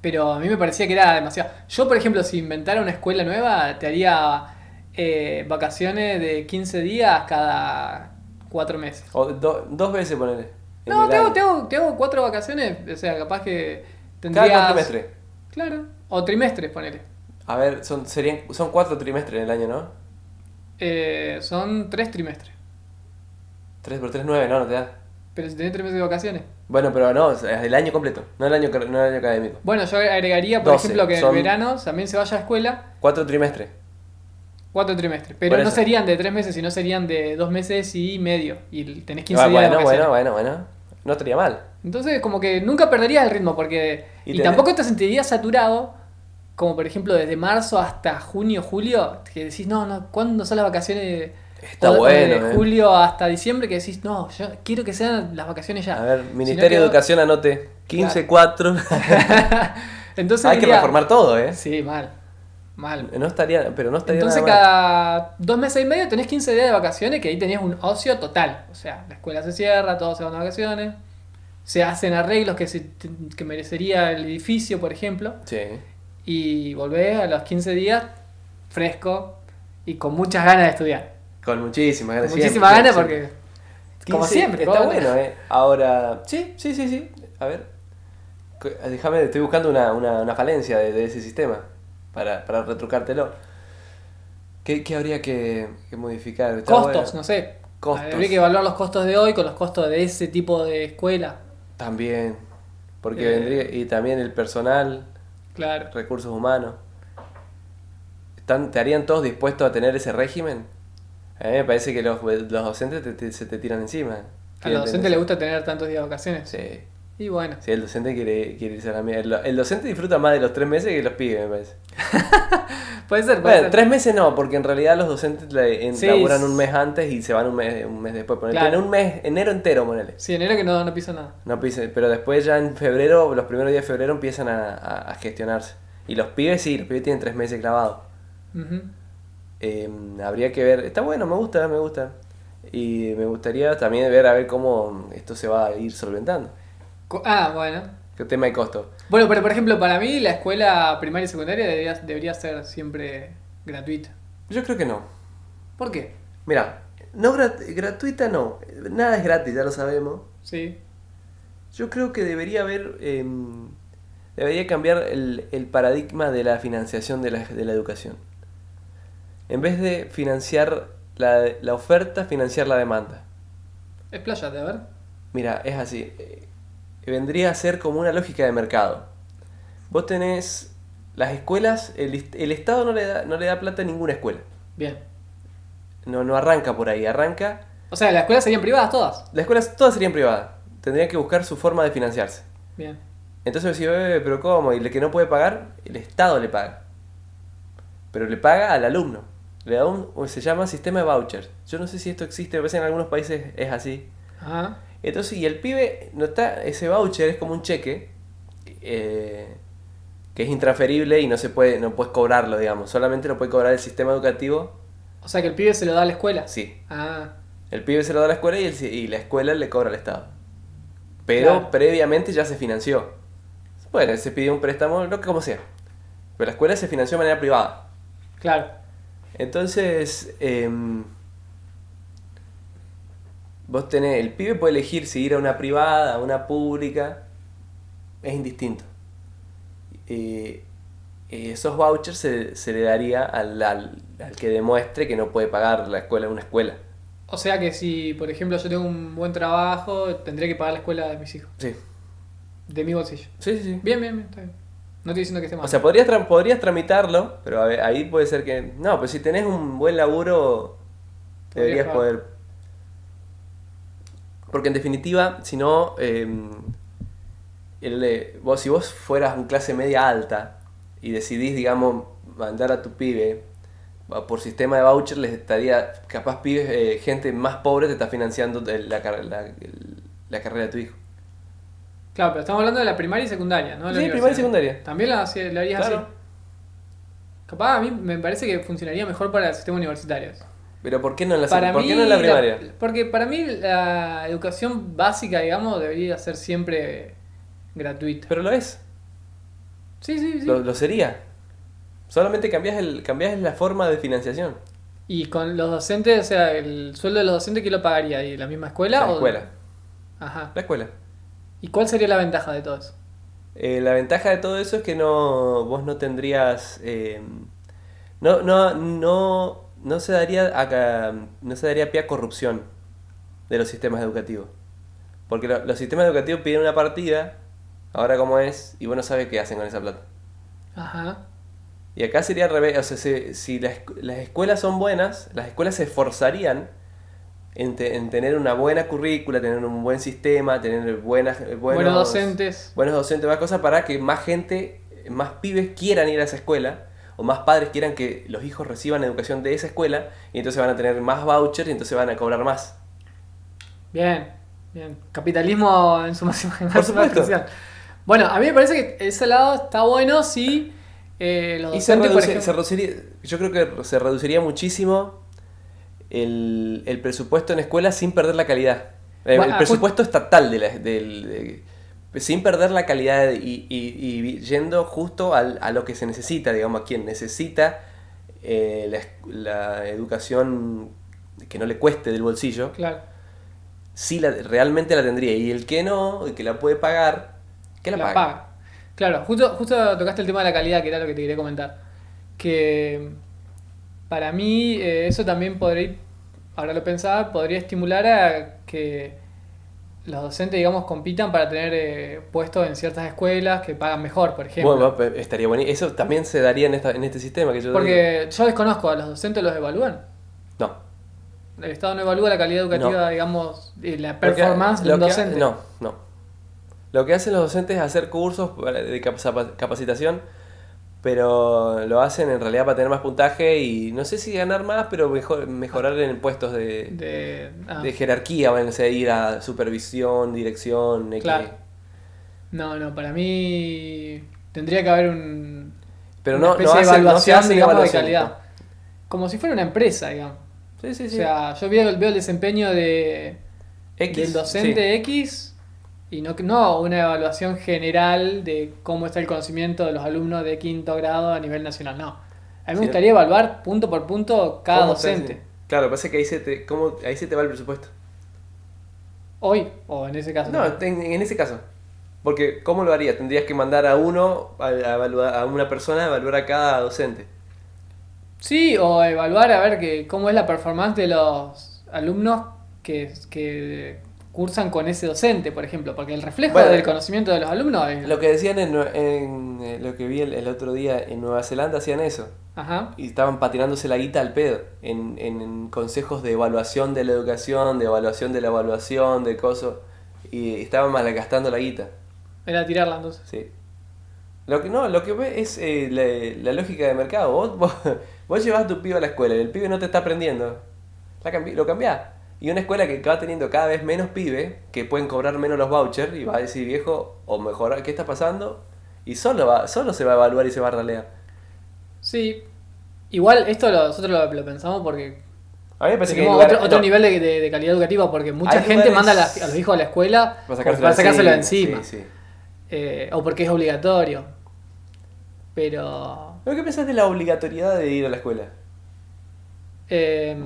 [SPEAKER 2] Pero a mí me parecía que era demasiado. Yo, por ejemplo, si inventara una escuela nueva, te haría eh, vacaciones de 15 días cada 4 meses.
[SPEAKER 1] O do- dos veces ponele. en
[SPEAKER 2] No,
[SPEAKER 1] el
[SPEAKER 2] te hago,
[SPEAKER 1] año.
[SPEAKER 2] te, hago, te hago cuatro vacaciones. O sea, capaz que tendrías.
[SPEAKER 1] Cada cuatrimestre.
[SPEAKER 2] Claro. O trimestres, ponele.
[SPEAKER 1] A ver, son, serían, son cuatro trimestres en el año, ¿no?
[SPEAKER 2] Eh, son tres trimestres.
[SPEAKER 1] Tres por tres, nueve, no, no te da.
[SPEAKER 2] Pero si tenés tres meses de vacaciones.
[SPEAKER 1] Bueno, pero no, es el año completo, no el año, car- no el año académico.
[SPEAKER 2] Bueno, yo agregaría, por
[SPEAKER 1] Doce,
[SPEAKER 2] ejemplo, que en
[SPEAKER 1] son-
[SPEAKER 2] el verano también se vaya a escuela
[SPEAKER 1] Cuatro trimestres.
[SPEAKER 2] cuatro trimestres.
[SPEAKER 1] Por
[SPEAKER 2] Pero no
[SPEAKER 1] eso.
[SPEAKER 2] serían de tres meses, sino serían de dos meses y medio. Y tenés 15
[SPEAKER 1] Ah,
[SPEAKER 2] días de
[SPEAKER 1] bueno,
[SPEAKER 2] vacaciones.
[SPEAKER 1] bueno, bueno, bueno. No estaría mal.
[SPEAKER 2] Entonces, como que nunca perderías el ritmo, porque.
[SPEAKER 1] Y
[SPEAKER 2] Y,
[SPEAKER 1] tenés-
[SPEAKER 2] tampoco te sentirías saturado, como por ejemplo desde marzo hasta junio, julio, que decís, no, no, ¿cuándo son las vacaciones?
[SPEAKER 1] Está
[SPEAKER 2] O de- o
[SPEAKER 1] bueno,
[SPEAKER 2] De
[SPEAKER 1] eh.
[SPEAKER 2] julio hasta diciembre, que decís, no, yo quiero que sean las vacaciones ya.
[SPEAKER 1] A ver,
[SPEAKER 2] Si no
[SPEAKER 1] Ministerio
[SPEAKER 2] quedo-
[SPEAKER 1] de Educación anote. 15,
[SPEAKER 2] Claro.
[SPEAKER 1] 4.
[SPEAKER 2] Entonces,
[SPEAKER 1] Hay que
[SPEAKER 2] diría-
[SPEAKER 1] reformar todo, ¿eh?
[SPEAKER 2] Sí, mal. Mal.
[SPEAKER 1] No estaría, pero no estaría
[SPEAKER 2] Entonces
[SPEAKER 1] nada mal.
[SPEAKER 2] cada dos meses y medio tenés 15 días de vacaciones que ahí tenés un ocio total. O sea, la escuela se cierra, todos se van de vacaciones, se hacen arreglos que, se- que merecería el edificio, por ejemplo,
[SPEAKER 1] Sí.
[SPEAKER 2] y volvés a los 15 días fresco y con muchas ganas de estudiar.
[SPEAKER 1] Con muchísimas
[SPEAKER 2] Con
[SPEAKER 1] ganas.
[SPEAKER 2] muchísimas ganas porque, como
[SPEAKER 1] 15,
[SPEAKER 2] siempre,
[SPEAKER 1] Está
[SPEAKER 2] como-
[SPEAKER 1] bueno, ¿eh? Ahora. Sí, sí, sí, sí. A ver. Co- Déjame, estoy buscando una, una, una falencia de, de ese sistema para, para retrucártelo. ¿Qué, qué habría que, que modificar? Está
[SPEAKER 2] costos,
[SPEAKER 1] bueno.
[SPEAKER 2] no sé.
[SPEAKER 1] Costos.
[SPEAKER 2] Habría que evaluar los costos de hoy con los costos de ese tipo de escuela.
[SPEAKER 1] También. Porque
[SPEAKER 2] Eh.
[SPEAKER 1] vendría. Y también el personal,
[SPEAKER 2] Claro.
[SPEAKER 1] recursos humanos. ¿Están, ¿Te harían todos dispuestos a tener ese régimen? A mí me parece que los, los docentes te- te- se te tiran encima.
[SPEAKER 2] A los docentes les gusta tener tantos días de vacaciones.
[SPEAKER 1] Sí.
[SPEAKER 2] Y bueno.
[SPEAKER 1] Sí, el docente quiere, quiere irse a la mierda. El, el docente disfruta más de los tres meses que los pibes, me parece.
[SPEAKER 2] Puede ser, puede
[SPEAKER 1] Bueno,
[SPEAKER 2] ser.
[SPEAKER 1] tres meses no, porque en realidad los docentes la- en-
[SPEAKER 2] Sí,
[SPEAKER 1] laburan
[SPEAKER 2] s-
[SPEAKER 1] un mes antes y se van un mes, un mes después. Ponele.
[SPEAKER 2] Claro.
[SPEAKER 1] Tienen un mes, enero entero, ponele.
[SPEAKER 2] Sí, enero que no, no piso nada.
[SPEAKER 1] No pisen, pero después ya en febrero, los primeros días de febrero empiezan a, a- a gestionarse. Y los pibes sí, los pibes tienen tres meses clavados.
[SPEAKER 2] Ujú.
[SPEAKER 1] Eh, habría que ver, está bueno, me gusta, me gusta. Y me gustaría también ver a ver cómo esto se va a ir solventando.
[SPEAKER 2] Co- Ah, bueno.
[SPEAKER 1] ¿Qué tema de costo?
[SPEAKER 2] Bueno, pero por ejemplo, para mí la escuela primaria y secundaria debería, debería ser siempre gratuita.
[SPEAKER 1] Yo creo que no.
[SPEAKER 2] ¿Por qué?
[SPEAKER 1] Mira, no grat- gratuita no, nada es gratis, ya lo sabemos.
[SPEAKER 2] Sí.
[SPEAKER 1] Yo creo que debería haber, eh, debería cambiar el, el paradigma de la financiación de la, de la educación. En vez de financiar la, la oferta, financiar la demanda.
[SPEAKER 2] Expláyate, a ver.
[SPEAKER 1] Mira, es así. eh, Vendría a ser como una lógica de mercado. Vos tenés las escuelas, el, est- el Estado no le, da, no le da plata a ninguna escuela.
[SPEAKER 2] Bien.
[SPEAKER 1] No, no arranca por ahí, arranca
[SPEAKER 2] O sea, las escuelas serían privadas todas.
[SPEAKER 1] Las escuelas todas serían privadas. Tendrían que buscar su forma de financiarse.
[SPEAKER 2] Bien.
[SPEAKER 1] Entonces si eh, pero ¿cómo? Y el que no puede pagar, el Estado le paga. Pero le paga al alumno. Le da un, o se llama sistema de voucher. Yo no sé si esto existe, me parece que en algunos países es así.
[SPEAKER 2] Ajá.
[SPEAKER 1] Entonces, y el pibe, no está, ese voucher es como un cheque eh, que es intransferible y no se puede, no puedes cobrarlo, digamos. Solamente lo puede cobrar el sistema educativo.
[SPEAKER 2] O sea, que el pibe se lo da a la escuela.
[SPEAKER 1] Sí,
[SPEAKER 2] Ah.
[SPEAKER 1] el pibe se lo da a la escuela y, el- y la escuela le cobra al Estado. Pero
[SPEAKER 2] Claro.
[SPEAKER 1] previamente ya se financió. Bueno, se pidió un préstamo, lo que como sea. Pero la escuela se financió de manera privada.
[SPEAKER 2] Claro.
[SPEAKER 1] Entonces, em, vos tenés, el pibe puede elegir si ir a una privada, a una pública, es indistinto. Eh, eh, esos vouchers se, se le daría al, al, al que demuestre que no puede pagar la escuela una escuela.
[SPEAKER 2] O sea que si, por ejemplo, yo tengo un buen trabajo, tendré que pagar la escuela de mis hijos.
[SPEAKER 1] Sí,
[SPEAKER 2] De mi bolsillo.
[SPEAKER 1] sí, sí. sí.
[SPEAKER 2] Bien, bien, bien, está bien. No estoy diciendo que esté mal.
[SPEAKER 1] O sea, podrías, tra- podrías tramitarlo, pero a ver, ahí puede ser que... No, pues si tenés un buen laburo,
[SPEAKER 2] Podrías
[SPEAKER 1] deberías
[SPEAKER 2] pagar.
[SPEAKER 1] poder... Porque en definitiva, si no... eh, el, eh, vos, si vos fueras un clase media alta y decidís, digamos, mandar a tu pibe, va- por sistema de voucher les estaría... Capaz pibes, eh, gente más pobre te está financiando el- la, car- la- el- la carrera de tu hijo.
[SPEAKER 2] claro, pero estamos hablando de la primaria y secundaria, ¿no? de la
[SPEAKER 1] Sí, primaria y
[SPEAKER 2] universidad.
[SPEAKER 1] secundaria.
[SPEAKER 2] También la, hacía- la harías
[SPEAKER 1] Claro.
[SPEAKER 2] así. Capaz a mí me parece que funcionaría mejor para el sistema universitario.
[SPEAKER 1] Pero ¿por qué no en la, sec-
[SPEAKER 2] para
[SPEAKER 1] ¿por
[SPEAKER 2] mí,
[SPEAKER 1] qué no en la primaria?
[SPEAKER 2] porque para mí la educación básica, digamos, debería ser siempre gratuita.
[SPEAKER 1] Pero lo es.
[SPEAKER 2] sí, sí, sí.
[SPEAKER 1] Lo, lo sería. Solamente cambias el cambiás la forma de financiación.
[SPEAKER 2] Y con los docentes, o sea, el sueldo de los docentes, ¿quién lo pagaría? ¿Y la misma escuela?
[SPEAKER 1] La
[SPEAKER 2] o-
[SPEAKER 1] escuela.
[SPEAKER 2] Ajá.
[SPEAKER 1] La escuela.
[SPEAKER 2] ¿Y cuál sería la ventaja de todo eso?
[SPEAKER 1] Eh, la ventaja de todo eso es que no vos no tendrías eh, no no no no se daría acá, no se daría pie a corrupción de los sistemas educativos. Porque lo- los sistemas educativos piden una partida, ahora como es, y vos no sabes qué hacen con esa plata.
[SPEAKER 2] Ajá.
[SPEAKER 1] Y acá sería al revés, o sea, se- si las, escu- las escuelas son buenas, las escuelas se esforzarían en, te- en tener una buena currícula, tener un buen sistema, tener buenas, eh, buenos,
[SPEAKER 2] Buenos docentes.
[SPEAKER 1] buenos docentes, más cosas para que más gente, eh, más pibes quieran ir a esa escuela, o más padres quieran que los hijos reciban educación de esa escuela, y entonces van a tener más vouchers y entonces van a cobrar más.
[SPEAKER 2] Bien, bien. Capitalismo en su máxima en máxima
[SPEAKER 1] supuesto.
[SPEAKER 2] expresión. Bueno, a mí me parece que ese lado está bueno si eh, los
[SPEAKER 1] Y se,
[SPEAKER 2] docentes, por
[SPEAKER 1] reduce- se
[SPEAKER 2] ejemplo-
[SPEAKER 1] reduciría, yo creo que se reduciría muchísimo el, el presupuesto en escuelas sin perder la calidad. El,
[SPEAKER 2] Bueno,
[SPEAKER 1] el
[SPEAKER 2] ah,
[SPEAKER 1] presupuesto estatal de la, del, de- sin perder la calidad y, y- y vi- yendo justo al- a lo que se necesita, digamos, a quien necesita eh, la, es- la educación que no le cueste del bolsillo,
[SPEAKER 2] Claro.
[SPEAKER 1] sí la, realmente la tendría. Y el que no, el que la puede pagar, que la, pague.
[SPEAKER 2] paga. Claro, justo, justo tocaste el tema de la calidad, que era lo que te quería comentar. Que para mí eh, eso también podría, ahora lo pensaba, podría estimular a que los docentes, digamos, compitan para tener eh, puestos en ciertas escuelas que pagan mejor, por ejemplo.
[SPEAKER 1] Bueno, pe- estaría bueno. Eso también se daría en, esta- en este sistema que yo
[SPEAKER 2] Porque yo desconozco, a los docentes los evalúan.
[SPEAKER 1] No.
[SPEAKER 2] El Estado no evalúa la calidad educativa,
[SPEAKER 1] No.
[SPEAKER 2] digamos, y la
[SPEAKER 1] Lo que-
[SPEAKER 2] performance de
[SPEAKER 1] lo
[SPEAKER 2] un
[SPEAKER 1] que ha-
[SPEAKER 2] docente.
[SPEAKER 1] no, no. Lo que hacen los docentes es hacer cursos para- de capa- capacitación, pero lo hacen en realidad para tener más puntaje y no sé si ganar más, pero mejor, mejorar en puestos de,
[SPEAKER 2] De, ah,
[SPEAKER 1] de jerarquía, van a ir a supervisión, dirección, X.
[SPEAKER 2] Claro. No, no, para mí tendría que haber un,
[SPEAKER 1] Pero
[SPEAKER 2] una
[SPEAKER 1] no, no
[SPEAKER 2] especie
[SPEAKER 1] hacen,
[SPEAKER 2] de
[SPEAKER 1] no se
[SPEAKER 2] evaluación,
[SPEAKER 1] hacen
[SPEAKER 2] digamos,
[SPEAKER 1] evaluación.
[SPEAKER 2] de calidad. Como si fuera una empresa, digamos.
[SPEAKER 1] Sí, sí,
[SPEAKER 2] O
[SPEAKER 1] sí.
[SPEAKER 2] sea, yo veo, veo el desempeño de,
[SPEAKER 1] X,
[SPEAKER 2] del docente X y no, no una evaluación general de cómo está el conocimiento de los alumnos de quinto grado a nivel nacional, no. A mí me
[SPEAKER 1] Sí.
[SPEAKER 2] gustaría evaluar punto por punto
[SPEAKER 1] sí.
[SPEAKER 2] cada
[SPEAKER 1] ¿Cómo se hace?
[SPEAKER 2] docente.
[SPEAKER 1] Claro, pasa que ahí se te, ¿cómo, ahí se te va el presupuesto.
[SPEAKER 2] Hoy, o en ese caso.
[SPEAKER 1] No,
[SPEAKER 2] también.
[SPEAKER 1] en, en ese caso. Porque, ¿cómo lo harías? Tendrías que mandar a uno, a, a evaluar- a una persona, a evaluar a cada docente.
[SPEAKER 2] Sí, o evaluar a ver que, cómo es la performance de los alumnos que, que cursan con ese docente, por ejemplo, porque el reflejo
[SPEAKER 1] Bueno.
[SPEAKER 2] del conocimiento de los alumnos es...
[SPEAKER 1] Lo que decían en, Nue- en, eh, lo que vi el, el otro día en Nueva Zelanda hacían eso.
[SPEAKER 2] Ajá.
[SPEAKER 1] Y estaban patinándose la guita al pedo. En, en- en consejos de evaluación de la educación, de evaluación de la evaluación, de cosas. Y estaban malgastando la guita.
[SPEAKER 2] Era tirarla entonces.
[SPEAKER 1] Sí. Lo que no, lo que ve es eh, la, la lógica de mercado. Vos, vos, vos llevas a tu pibe a la escuela y el pibe no te está aprendiendo. La cambi- lo cambiás. Y una escuela que va teniendo cada vez menos pibes, que pueden cobrar menos los vouchers, y va a decir viejo, o mejorar, ¿qué está pasando? Y solo, va, solo se va a evaluar y se va a ralear.
[SPEAKER 2] Sí. Igual esto lo- nosotros lo, lo pensamos porque
[SPEAKER 1] A mí me parece que. hay
[SPEAKER 2] tenemos
[SPEAKER 1] lugares-
[SPEAKER 2] otro, otro
[SPEAKER 1] no,
[SPEAKER 2] nivel de, de- de calidad educativa porque mucha
[SPEAKER 1] Hay
[SPEAKER 2] gente
[SPEAKER 1] lugares-
[SPEAKER 2] manda a, las- a los hijos a la escuela
[SPEAKER 1] para
[SPEAKER 2] por-
[SPEAKER 1] sacárselo,
[SPEAKER 2] para sacárselo de encima.
[SPEAKER 1] Sí, sí.
[SPEAKER 2] Eh, o porque es obligatorio. Pero...
[SPEAKER 1] ¿Pero qué pensás de la obligatoriedad de ir a la escuela?
[SPEAKER 2] Eh,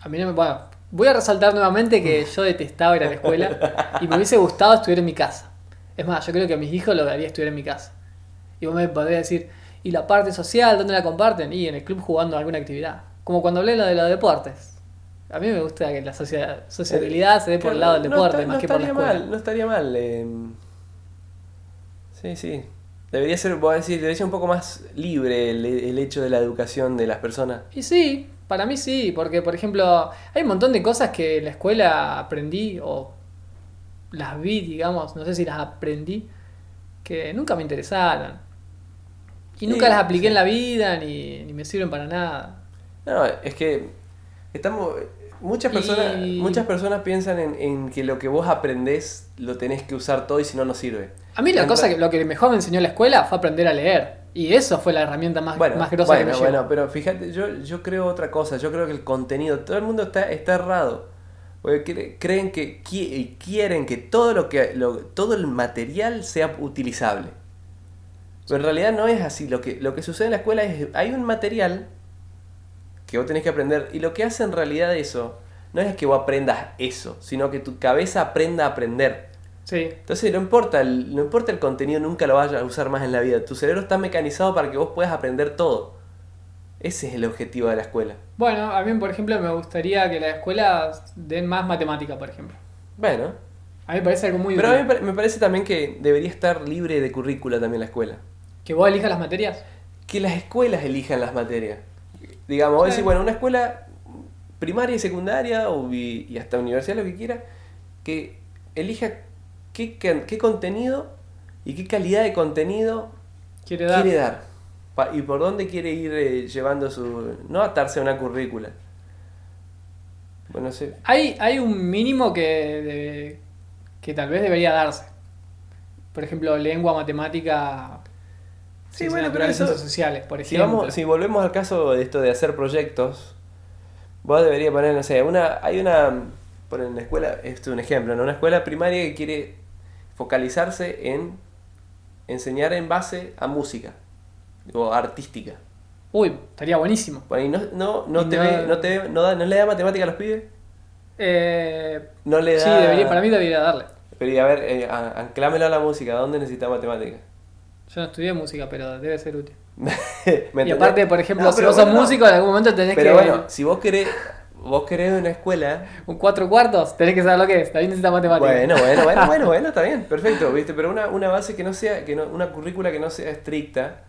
[SPEAKER 2] a mí no me. Bueno, voy a resaltar nuevamente que
[SPEAKER 1] Mm.
[SPEAKER 2] yo detestaba ir a la escuela y me hubiese gustado estudiar en mi casa. Es más, yo creo que a mis hijos lo haría estudiar en mi casa. Y vos me podrías decir, ¿y la parte social dónde la comparten? Y en el club jugando alguna actividad. Como cuando hablé lo de los deportes. A mí me gusta que la socia- sociabilidad se dé por el lado del
[SPEAKER 1] No
[SPEAKER 2] deporte
[SPEAKER 1] está-
[SPEAKER 2] más
[SPEAKER 1] no
[SPEAKER 2] que por la
[SPEAKER 1] estaría
[SPEAKER 2] escuela.
[SPEAKER 1] mal, no estaría mal. eh, Sí, sí. Debería ser, voy a decir, debería ser un poco más libre el, el hecho de la educación de las personas.
[SPEAKER 2] Y sí, para mí sí, porque por ejemplo, hay un montón de cosas que en la escuela aprendí o las vi, digamos, no sé si las aprendí, que nunca me interesaron. Y nunca
[SPEAKER 1] Sí,
[SPEAKER 2] las apliqué
[SPEAKER 1] sí.
[SPEAKER 2] en la vida, ni, ni me sirven para nada.
[SPEAKER 1] No, es que estamos muchas personas
[SPEAKER 2] Y-
[SPEAKER 1] muchas personas piensan en, en que lo que vos aprendés lo tenés que usar todo y si no no sirve.
[SPEAKER 2] A mí la
[SPEAKER 1] En
[SPEAKER 2] cosa
[SPEAKER 1] ra-
[SPEAKER 2] que lo que mejor me enseñó la escuela fue aprender a leer. Y eso fue la herramienta más,
[SPEAKER 1] Bueno,
[SPEAKER 2] más grosa
[SPEAKER 1] bueno,
[SPEAKER 2] que me
[SPEAKER 1] bueno,
[SPEAKER 2] llevó.
[SPEAKER 1] pero fíjate, yo, yo creo otra cosa, yo creo que el contenido, todo el mundo está, está errado. Porque cre- creen que qui- y quieren que todo lo que lo- todo el material sea utilizable. Pero en realidad no es así. Lo que, lo que sucede en la escuela es hay un material que vos tenés que aprender. Y lo que hace en realidad eso, no es que vos aprendas eso, sino que tu cabeza aprenda a aprender.
[SPEAKER 2] Sí.
[SPEAKER 1] Entonces no importa, el, no importa el contenido, nunca lo vayas a usar más en la vida. Tu cerebro está mecanizado para que vos puedas aprender todo. Ese es el objetivo de la escuela.
[SPEAKER 2] Bueno, a mí, por ejemplo, me gustaría que las escuelas den más matemática, por ejemplo.
[SPEAKER 1] Bueno,
[SPEAKER 2] A mí me parece algo muy
[SPEAKER 1] pero a mí
[SPEAKER 2] útil.
[SPEAKER 1] me pare- me parece también que debería estar libre de currícula también la escuela.
[SPEAKER 2] Que vos elijas las materias.
[SPEAKER 1] Que las escuelas elijan las materias. Digamos, vos decís,
[SPEAKER 2] Claro.
[SPEAKER 1] bueno, una escuela primaria y secundaria o y, y hasta universidad, lo que quiera, que elija qué, can- qué contenido y qué calidad de contenido
[SPEAKER 2] Quiere dar.
[SPEAKER 1] quiere dar Pa- y por dónde quiere ir eh, llevando su no atarse a una currícula bueno sí
[SPEAKER 2] Hay, hay un mínimo que, de- que tal vez debería darse. Por ejemplo, lengua, matemática,
[SPEAKER 1] Sí,
[SPEAKER 2] ciencias
[SPEAKER 1] bueno, pero
[SPEAKER 2] naturales,
[SPEAKER 1] eso-
[SPEAKER 2] ciencias sociales, por
[SPEAKER 1] si
[SPEAKER 2] ejemplo.
[SPEAKER 1] vamos si volvemos al caso de esto de hacer proyectos vos deberías poner no sé una hay una por en la escuela esto es un ejemplo ¿no? una escuela primaria que quiere focalizarse en enseñar en base a música o artística
[SPEAKER 2] Uy, estaría buenísimo.
[SPEAKER 1] por ahí no no no
[SPEAKER 2] Y
[SPEAKER 1] te
[SPEAKER 2] no-
[SPEAKER 1] ve- no te ve- no da- no le da matemática a los pibes
[SPEAKER 2] Eh,
[SPEAKER 1] no le da
[SPEAKER 2] sí, debería, para mí debería darle.
[SPEAKER 1] Pero y a ver, eh, a- anclámelo a la música, ¿dónde necesita matemática?
[SPEAKER 2] Yo no estudié música, pero debe ser útil.
[SPEAKER 1] ¿Me
[SPEAKER 2] Y
[SPEAKER 1] entendés?
[SPEAKER 2] aparte, por ejemplo,
[SPEAKER 1] No,
[SPEAKER 2] si
[SPEAKER 1] pero
[SPEAKER 2] vos sos
[SPEAKER 1] bueno, no.
[SPEAKER 2] músico, en algún momento tenés
[SPEAKER 1] Pero
[SPEAKER 2] que.
[SPEAKER 1] bueno, si vos querés, vos querés una escuela.
[SPEAKER 2] Un cuatro cuartos, tenés que saber lo que es. También necesitas matemáticas.
[SPEAKER 1] Bueno, bueno, bueno, bueno, bueno, está bien, perfecto, viste, pero una, una base que no sea, que no, una currícula que no sea estricta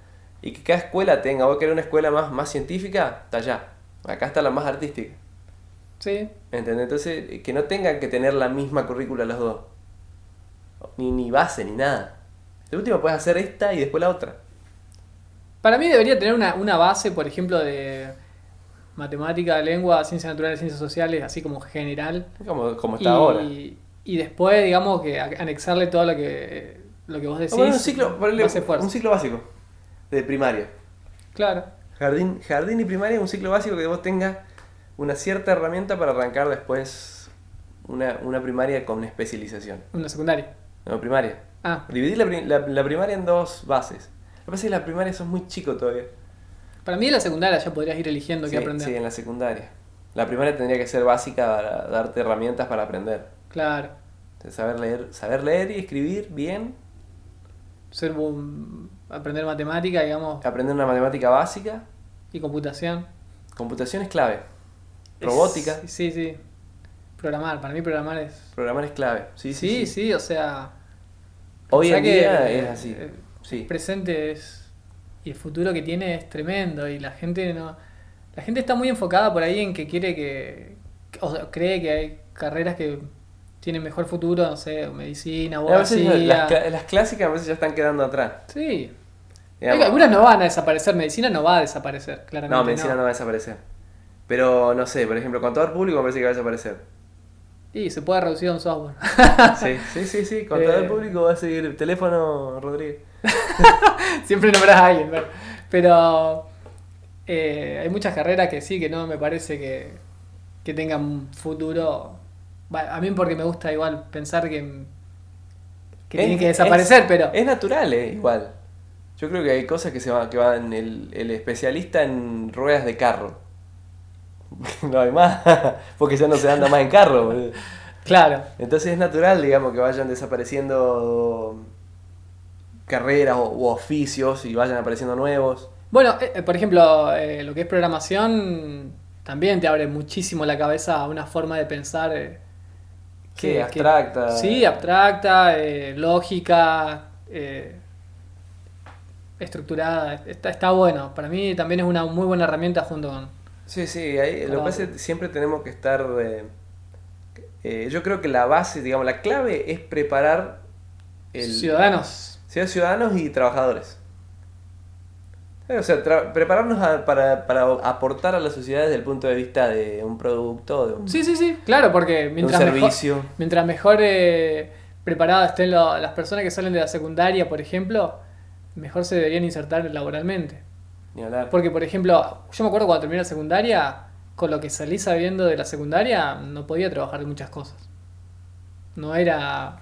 [SPEAKER 1] y que cada escuela tenga, vos querés una escuela más, más científica, está allá. Acá está la más artística.
[SPEAKER 2] Sí,
[SPEAKER 1] ¿Entendés? Entonces, que no tengan que tener la misma currícula los dos. Ni, ni base, ni nada. De último puedes hacer esta y después la otra.
[SPEAKER 2] Para mí debería tener una, una base, por ejemplo, de matemática, lengua, ciencias naturales, ciencias sociales, así como general.
[SPEAKER 1] Como, como
[SPEAKER 2] y,
[SPEAKER 1] está ahora.
[SPEAKER 2] y después, digamos, que a- anexarle todo lo que, lo que vos decís.
[SPEAKER 1] Ah, bueno, un ciclo, ponele
[SPEAKER 2] más esfuerzo.
[SPEAKER 1] un ciclo básico de primaria.
[SPEAKER 2] Claro.
[SPEAKER 1] Jardín, jardín y primaria, un ciclo básico que vos tengas una cierta herramienta para arrancar después una, una primaria con una especialización.
[SPEAKER 2] Una secundaria.
[SPEAKER 1] No, primaria.
[SPEAKER 2] Ah,
[SPEAKER 1] Dividir la, pri- la- la primaria en dos bases. Lo que pasa es que la primaria sos muy chico todavía.
[SPEAKER 2] para mí en la secundaria ya podrías ir eligiendo
[SPEAKER 1] Sí,
[SPEAKER 2] qué aprender.
[SPEAKER 1] sí, en la secundaria. La primaria tendría que ser básica para darte herramientas para aprender.
[SPEAKER 2] Claro.
[SPEAKER 1] Entonces, Saber leer, saber leer y escribir bien,
[SPEAKER 2] Ser un- aprender matemática, digamos,
[SPEAKER 1] aprender una matemática básica,
[SPEAKER 2] y computación.
[SPEAKER 1] computación es clave. Robótica.
[SPEAKER 2] Es- sí, sí. Programar, para mí programar es...
[SPEAKER 1] Programar es clave. Sí,
[SPEAKER 2] Sí,
[SPEAKER 1] sí.
[SPEAKER 2] sí,
[SPEAKER 1] sí.
[SPEAKER 2] o sea...
[SPEAKER 1] Hoy
[SPEAKER 2] pensá
[SPEAKER 1] en
[SPEAKER 2] que,
[SPEAKER 1] día
[SPEAKER 2] eh,
[SPEAKER 1] es así.
[SPEAKER 2] eh,
[SPEAKER 1] Sí.
[SPEAKER 2] presente es y el futuro que tiene es tremendo y la gente no la gente está muy enfocada por ahí en que quiere que o sea, cree que hay carreras que tienen mejor futuro no sé medicina
[SPEAKER 1] A veces
[SPEAKER 2] abogacía
[SPEAKER 1] las, cla- las clásicas a veces ya están quedando atrás.
[SPEAKER 2] sí
[SPEAKER 1] digamos.
[SPEAKER 2] algunas no van a desaparecer medicina no va a desaparecer claramente
[SPEAKER 1] no, medicina no. va a desaparecer. Pero no sé, por ejemplo, contador público me parece que va a desaparecer.
[SPEAKER 2] y se puede reducir a un software
[SPEAKER 1] Sí, sí, sí, sí, contador
[SPEAKER 2] Eh.
[SPEAKER 1] público va a seguir. Teléfono, Rodríguez.
[SPEAKER 2] siempre nombras a alguien pero, pero, eh, hay muchas carreras que sí que no me parece que, que tengan futuro Va, a mí porque me gusta igual pensar que que
[SPEAKER 1] Es-
[SPEAKER 2] tienen que desaparecer
[SPEAKER 1] es-
[SPEAKER 2] pero
[SPEAKER 1] Es natural, eh, igual. Yo creo que hay cosas que se van, que van el, el especialista en ruedas de carro. No hay más, porque ya no se anda más en carro. boludo.
[SPEAKER 2] claro
[SPEAKER 1] Entonces es natural, digamos, que vayan desapareciendo carreras o, u oficios y vayan apareciendo nuevos.
[SPEAKER 2] Bueno, eh, eh, por ejemplo, eh, lo que es programación también te abre muchísimo la cabeza a una forma de pensar eh,
[SPEAKER 1] Sí, abstracta.
[SPEAKER 2] sí, abstracta, eh, lógica, eh, estructurada. Está, está bueno. Para mí también es una muy buena herramienta junto con...
[SPEAKER 1] Sí, sí, ahí, lo
[SPEAKER 2] Claro.
[SPEAKER 1] que pasa es que siempre tenemos que estar... eh, eh, yo creo que la base, digamos, la clave es preparar el,
[SPEAKER 2] Ciudadanos.
[SPEAKER 1] sea ciudadanos y trabajadores. Eh, O sea, tra- prepararnos a- para, para aportar a la sociedad desde el punto de vista de un producto, de un,
[SPEAKER 2] Sí, sí, sí, claro, porque
[SPEAKER 1] de un
[SPEAKER 2] mientras mejor,
[SPEAKER 1] servicio.
[SPEAKER 2] mientras mejor eh, preparadas estén lo- las personas que salen de la secundaria, por ejemplo, mejor se deberían insertar laboralmente.
[SPEAKER 1] Ni hablar.
[SPEAKER 2] Porque, por ejemplo, yo me acuerdo cuando terminé la secundaria, con lo que salí sabiendo de la secundaria, no podía trabajar de muchas cosas. No era.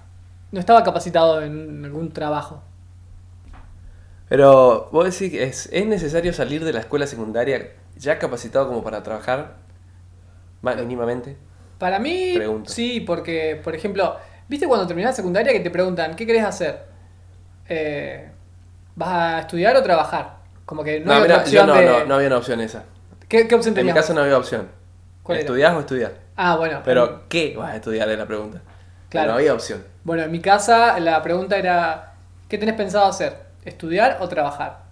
[SPEAKER 2] No estaba capacitado en algún trabajo.
[SPEAKER 1] Pero vos decís que es, es necesario salir de la escuela secundaria ya capacitado como para trabajar,
[SPEAKER 2] Eh,
[SPEAKER 1] más mínimamente.
[SPEAKER 2] Para mí,
[SPEAKER 1] Pregunta.
[SPEAKER 2] sí, porque, por ejemplo, ¿viste cuando terminás la secundaria que te preguntan, ¿qué querés hacer? Eh, ¿Vas a estudiar o trabajar? Como que no,
[SPEAKER 1] No,
[SPEAKER 2] hay
[SPEAKER 1] mirá,
[SPEAKER 2] otra
[SPEAKER 1] yo
[SPEAKER 2] opción
[SPEAKER 1] no,
[SPEAKER 2] de-
[SPEAKER 1] no, no había una opción esa.
[SPEAKER 2] ¿Qué, qué opción
[SPEAKER 1] En mi
[SPEAKER 2] tenías?
[SPEAKER 1] caso no había opción.
[SPEAKER 2] ¿Cuál era?
[SPEAKER 1] ¿Estudiás o estudiar?
[SPEAKER 2] Ah, bueno.
[SPEAKER 1] Pero ¿qué vas a estudiar es la pregunta?
[SPEAKER 2] Claro.
[SPEAKER 1] No había opción.
[SPEAKER 2] Bueno, en mi casa la pregunta era, ¿qué tenés pensado hacer? ¿Estudiar o trabajar?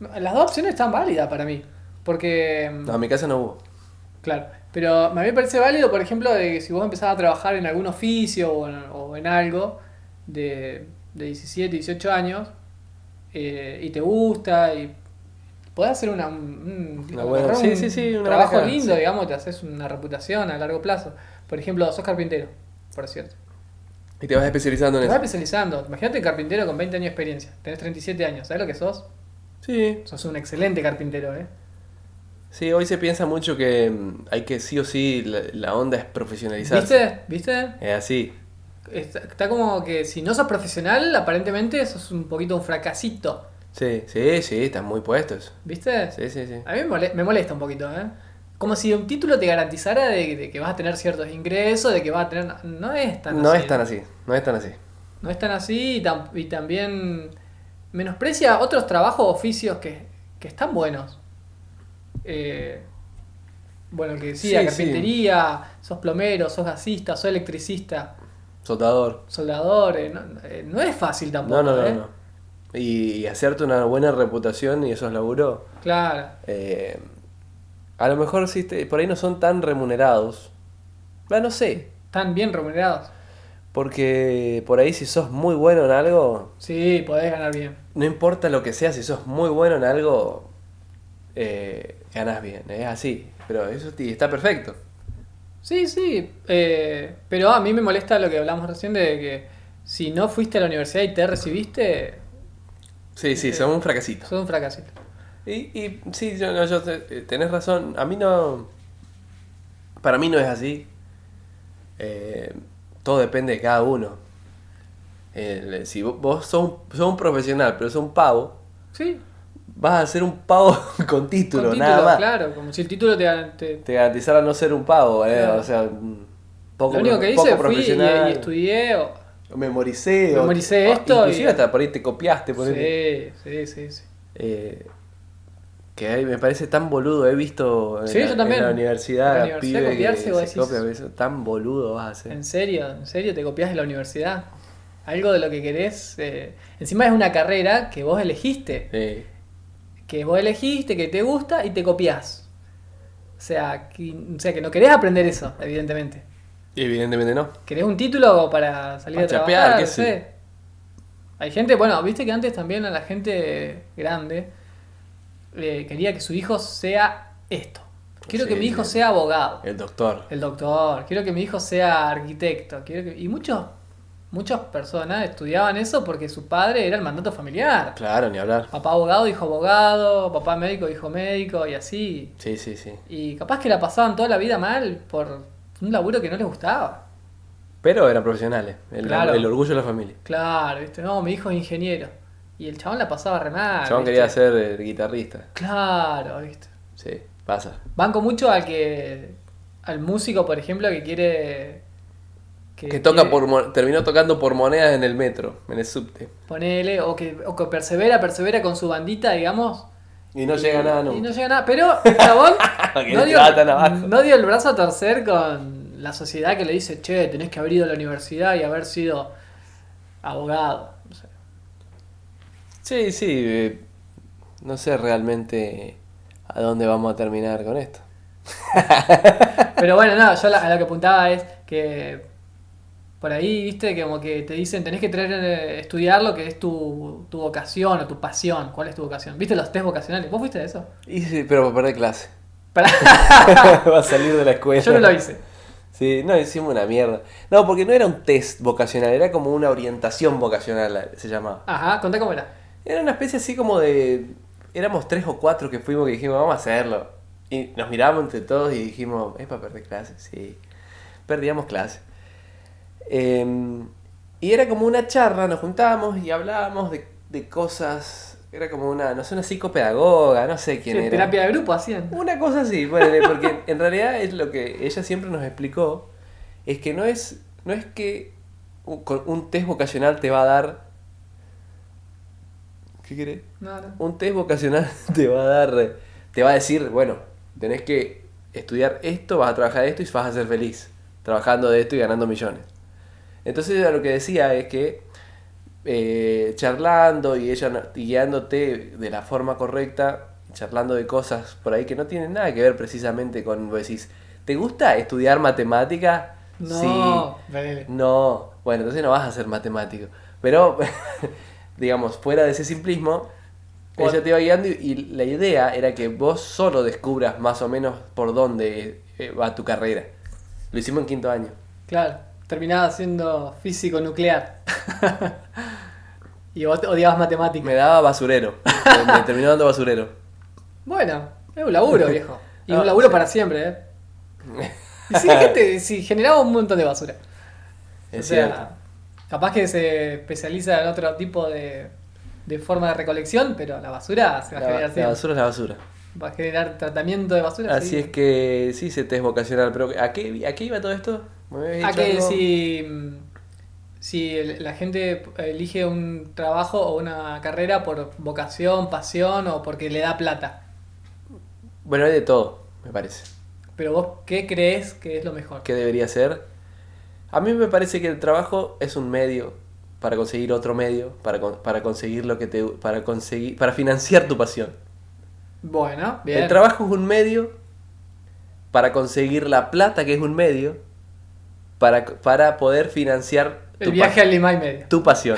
[SPEAKER 2] Las dos opciones están válidas para mí, porque... mm,
[SPEAKER 1] No, en mi caso no hubo.
[SPEAKER 2] Claro, pero a mí me parece válido, por ejemplo, de que si vos empezás a trabajar en algún oficio o en, o en algo de, de 17, 18 años eh, y te gusta y podés hacer una, un,
[SPEAKER 1] Una buena-
[SPEAKER 2] agarrar
[SPEAKER 1] sí, sí, sí, una buena
[SPEAKER 2] trabajo
[SPEAKER 1] carrera,
[SPEAKER 2] lindo,
[SPEAKER 1] sí.
[SPEAKER 2] digamos, te haces una reputación a largo plazo. Por ejemplo, sos carpintero, por cierto.
[SPEAKER 1] Y te vas especializando en
[SPEAKER 2] Te vas
[SPEAKER 1] eso.
[SPEAKER 2] especializando. Imagínate carpintero con 20 años de experiencia. Tenés 37 años. ¿Sabes lo que sos?
[SPEAKER 1] Sí,
[SPEAKER 2] Sos un excelente carpintero, ¿eh?
[SPEAKER 1] Sí, hoy se piensa mucho que mm, hay que sí o sí, la, la onda es profesionalizarse.
[SPEAKER 2] ¿Viste? ¿Viste?
[SPEAKER 1] Es así.
[SPEAKER 2] Está, está como que si no sos profesional, aparentemente sos un poquito un fracasito.
[SPEAKER 1] Sí, sí, sí, están muy puestos.
[SPEAKER 2] ¿Viste?
[SPEAKER 1] Sí, sí, sí.
[SPEAKER 2] A mí me mole- me molesta un poquito, ¿eh? Como si un título te garantizara de, de que vas a tener ciertos ingresos, de que vas a tener... No es tan
[SPEAKER 1] no
[SPEAKER 2] así.
[SPEAKER 1] es tan así, no es tan así.
[SPEAKER 2] No es tan así y, tam- y también menosprecia otros trabajos o oficios que, que están buenos. Eh, bueno, el que decía,
[SPEAKER 1] Sí, sí.
[SPEAKER 2] carpintería, sos plomero, sos gasista, sos electricista,
[SPEAKER 1] Soldador.
[SPEAKER 2] soldador, eh, no, eh, no es fácil tampoco.
[SPEAKER 1] No, no, no,
[SPEAKER 2] ¿eh?
[SPEAKER 1] no. Y, y hacerte una buena reputación y esos laburos,
[SPEAKER 2] Claro.
[SPEAKER 1] eh, a lo mejor sí, te- por ahí no son tan remunerados. Bah, no sé,
[SPEAKER 2] Están bien remunerados.
[SPEAKER 1] porque por ahí si sos muy bueno en algo,
[SPEAKER 2] Sí, podés ganar bien.
[SPEAKER 1] no importa lo que sea, si sos muy bueno en algo, eh, ganás bien, es así. Pero eso t- está perfecto.
[SPEAKER 2] Sí, sí. eh, pero a mí me molesta lo que hablamos recién de que si no fuiste a la universidad y te recibiste,
[SPEAKER 1] Sí, sí, son un fracasito.
[SPEAKER 2] sos un fracasito.
[SPEAKER 1] Y, y sí, yo, no, yo te- eh, tenés razón, a mí no... Para mí no es así. Eh, todo depende de cada uno. El- eh, si vo- vos sos, un- sos un profesional, pero sos un pavo,
[SPEAKER 2] Sí.
[SPEAKER 1] vas a ser un pavo con
[SPEAKER 2] Con
[SPEAKER 1] título,
[SPEAKER 2] título,
[SPEAKER 1] nada más.
[SPEAKER 2] claro. Como si el título te... te-
[SPEAKER 1] Te garantizara no ser un pavo, eh,
[SPEAKER 2] Claro.
[SPEAKER 1] o sea, un poco,
[SPEAKER 2] lo único que
[SPEAKER 1] profe- poco
[SPEAKER 2] hice fui y,
[SPEAKER 1] profesional.
[SPEAKER 2] y estudié... o-
[SPEAKER 1] O memoricé. o-
[SPEAKER 2] Memoricé
[SPEAKER 1] o
[SPEAKER 2] esto
[SPEAKER 1] Inclusive
[SPEAKER 2] y-
[SPEAKER 1] hasta por ahí te copiaste. Por
[SPEAKER 2] Sí, sí, sí, sí.
[SPEAKER 1] Eh, que ahí me parece tan boludo. He visto en,
[SPEAKER 2] Sí,
[SPEAKER 1] la,
[SPEAKER 2] yo también.
[SPEAKER 1] en la universidad,
[SPEAKER 2] En la universidad
[SPEAKER 1] pibe
[SPEAKER 2] copiarse,
[SPEAKER 1] que
[SPEAKER 2] vos
[SPEAKER 1] se
[SPEAKER 2] decís-
[SPEAKER 1] copia, eso, tan boludo vas a ser.
[SPEAKER 2] ¿En serio? ¿En serio te copias de la universidad? Algo de lo que querés... eh, Encima es una carrera que vos elegiste.
[SPEAKER 1] Sí.
[SPEAKER 2] que vos elegiste, que te gusta y te copias. O sea, que, o sea, que no querés aprender eso, evidentemente.
[SPEAKER 1] Y Evidentemente no.
[SPEAKER 2] Querés un título para salir
[SPEAKER 1] Para
[SPEAKER 2] a trabajar,
[SPEAKER 1] chapear, qué
[SPEAKER 2] no
[SPEAKER 1] sé.
[SPEAKER 2] sé. Hay gente, bueno, viste que antes también a la gente grande eh, quería que su hijo sea esto. Quiero
[SPEAKER 1] Sí,
[SPEAKER 2] que mi hijo
[SPEAKER 1] sí.
[SPEAKER 2] sea abogado,
[SPEAKER 1] El doctor.
[SPEAKER 2] el doctor. Quiero que mi hijo sea arquitecto. Quiero que... Y muchos, muchas personas estudiaban eso porque su padre era el mandato familiar.
[SPEAKER 1] Claro, ni hablar.
[SPEAKER 2] Papá abogado, hijo abogado, papá médico, hijo médico y así.
[SPEAKER 1] Sí, sí, sí.
[SPEAKER 2] Y capaz que la pasaban toda la vida mal por un laburo que no les gustaba.
[SPEAKER 1] Pero eran profesionales. El,
[SPEAKER 2] Claro.
[SPEAKER 1] el orgullo de la familia.
[SPEAKER 2] Claro, viste, no, mi hijo es ingeniero. Y el chabón la pasaba re mal.
[SPEAKER 1] El chabón
[SPEAKER 2] Ah, ¿viste?
[SPEAKER 1] quería ser eh, guitarrista.
[SPEAKER 2] Claro, viste.
[SPEAKER 1] Sí, pasa.
[SPEAKER 2] Banco mucho al que. al músico, por ejemplo, que quiere. que,
[SPEAKER 1] Que toca
[SPEAKER 2] quiere-
[SPEAKER 1] por mo- terminó tocando por monedas en el metro, en el subte.
[SPEAKER 2] Ponele, o que, o que persevera, persevera con su bandita, digamos.
[SPEAKER 1] Y no llega nada
[SPEAKER 2] Y no
[SPEAKER 1] nunca.
[SPEAKER 2] llega nada. Pero el chabón
[SPEAKER 1] Que
[SPEAKER 2] no,
[SPEAKER 1] no
[SPEAKER 2] dio,
[SPEAKER 1] estaba tan abajo.
[SPEAKER 2] no dio el brazo a torcer con la sociedad que le dice, che, tenés que haber ido a la universidad y haber sido abogado. No sé.
[SPEAKER 1] Sí, sí. eh, no sé realmente a dónde vamos a terminar con esto.
[SPEAKER 2] Pero bueno, no, yo la- a lo que apuntaba es que por ahí, viste, que como que te dicen, tenés que tener, eh, estudiar lo que es tu, tu vocación o tu pasión. ¿Cuál es tu vocación? ¿Viste los test vocacionales? ¿Vos fuiste de eso?
[SPEAKER 1] Y sí, pero para perder clase.
[SPEAKER 2] Pará,
[SPEAKER 1] Va a salir de la escuela.
[SPEAKER 2] yo no lo hice.
[SPEAKER 1] Sí, no, hicimos una mierda. No, porque no era un test vocacional, era como una orientación vocacional, se llamaba.
[SPEAKER 2] Ajá, contá cómo era.
[SPEAKER 1] Era una especie así como de... Éramos tres o cuatro que fuimos que dijimos, vamos a hacerlo. Y nos mirábamos entre todos y dijimos, es para perder clase, sí. Perdíamos clase. Eh, y era como una charla, nos juntábamos y hablábamos de, de cosas. Era como una, no sé, una psicopedagoga, no sé quién
[SPEAKER 2] Sí,
[SPEAKER 1] era.
[SPEAKER 2] terapia de grupo hacían.
[SPEAKER 1] Una cosa así, ponele, porque en realidad es lo que ella siempre nos explicó, es que no es, no es que un, con un test vocacional te va a dar... ¿Qué querés?
[SPEAKER 2] No, no.
[SPEAKER 1] Un test vocacional te va a dar, eh, te va a decir, bueno, tenés que estudiar esto, vas a trabajar esto y vas a ser feliz, trabajando de esto y ganando millones. Entonces ella lo que decía es que eh, charlando y ella no- y guiándote de la forma correcta, charlando de cosas por ahí que no tienen nada que ver precisamente con, vos decís, ¿te gusta estudiar matemática?
[SPEAKER 2] No, Belén.
[SPEAKER 1] No, bueno, entonces no vas a ser matemático. Pero, digamos, fuera de ese simplismo,
[SPEAKER 2] Bueno.
[SPEAKER 1] ella te iba guiando y, y la idea era que vos solo descubras más o menos por dónde eh, va tu carrera. Lo hicimos en quinto año.
[SPEAKER 2] Claro, terminaba siendo físico nuclear. y vos te- odiabas matemáticas.
[SPEAKER 1] Me daba basurero. Me- me terminó dando basurero.
[SPEAKER 2] Bueno, es un laburo, viejo. Y
[SPEAKER 1] Ah,
[SPEAKER 2] un laburo
[SPEAKER 1] sí.
[SPEAKER 2] para siempre, ¿eh? Y sí, gente, sí, generaba un montón de basura.
[SPEAKER 1] Es
[SPEAKER 2] o sea,
[SPEAKER 1] cierto.
[SPEAKER 2] capaz que se especializa en otro tipo de, de forma de recolección, pero la basura se va a
[SPEAKER 1] La,
[SPEAKER 2] generar
[SPEAKER 1] la
[SPEAKER 2] siempre.
[SPEAKER 1] basura es la basura.
[SPEAKER 2] Va a generar tratamiento de basura.
[SPEAKER 1] Así
[SPEAKER 2] sí.
[SPEAKER 1] es que sí, se te es vocacional. Pero ¿a qué, ¿a qué iba todo esto? ¿Me habías
[SPEAKER 2] A
[SPEAKER 1] dicho
[SPEAKER 2] Ah, que
[SPEAKER 1] algo?
[SPEAKER 2] si, mm, si el- la gente elige un trabajo o una carrera por vocación, pasión o porque le da plata.
[SPEAKER 1] Bueno, hay de todo, me parece.
[SPEAKER 2] Pero vos, ¿qué crees que es lo mejor?
[SPEAKER 1] qué debería ser. A mí me parece que el trabajo es un medio para conseguir otro medio, para, con- para conseguir lo que te para conseguir para financiar tu pasión.
[SPEAKER 2] Bueno, bien.
[SPEAKER 1] El trabajo es un medio para conseguir la plata que es un medio para, para poder financiar
[SPEAKER 2] El
[SPEAKER 1] tu,
[SPEAKER 2] viaje
[SPEAKER 1] pas-
[SPEAKER 2] al Lima y medio.
[SPEAKER 1] tu pasión.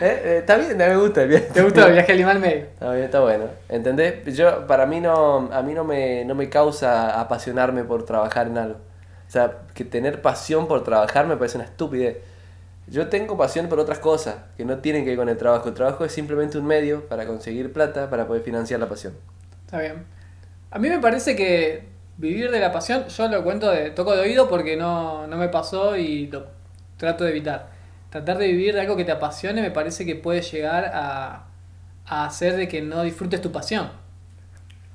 [SPEAKER 1] Eh, eh, Está bien, me gusta el viaje.
[SPEAKER 2] ¿Te gustó el viaje al Lima y medio?
[SPEAKER 1] Está bien, está bueno. ¿Entendés? Yo, para mí no, a mí no me, no me causa apasionarme por trabajar en algo. O sea, que tener pasión por trabajar me parece una estupidez. Yo tengo pasión por otras cosas que no tienen que ver con el trabajo. El trabajo es simplemente un medio para conseguir plata para poder financiar la pasión.
[SPEAKER 2] Está bien. A mí me parece que vivir de la pasión, yo lo cuento de toco de oído porque no, no me pasó y lo trato de evitar. Tratar de vivir de algo que te apasione me parece que puede llegar a, a hacer de que no disfrutes tu pasión.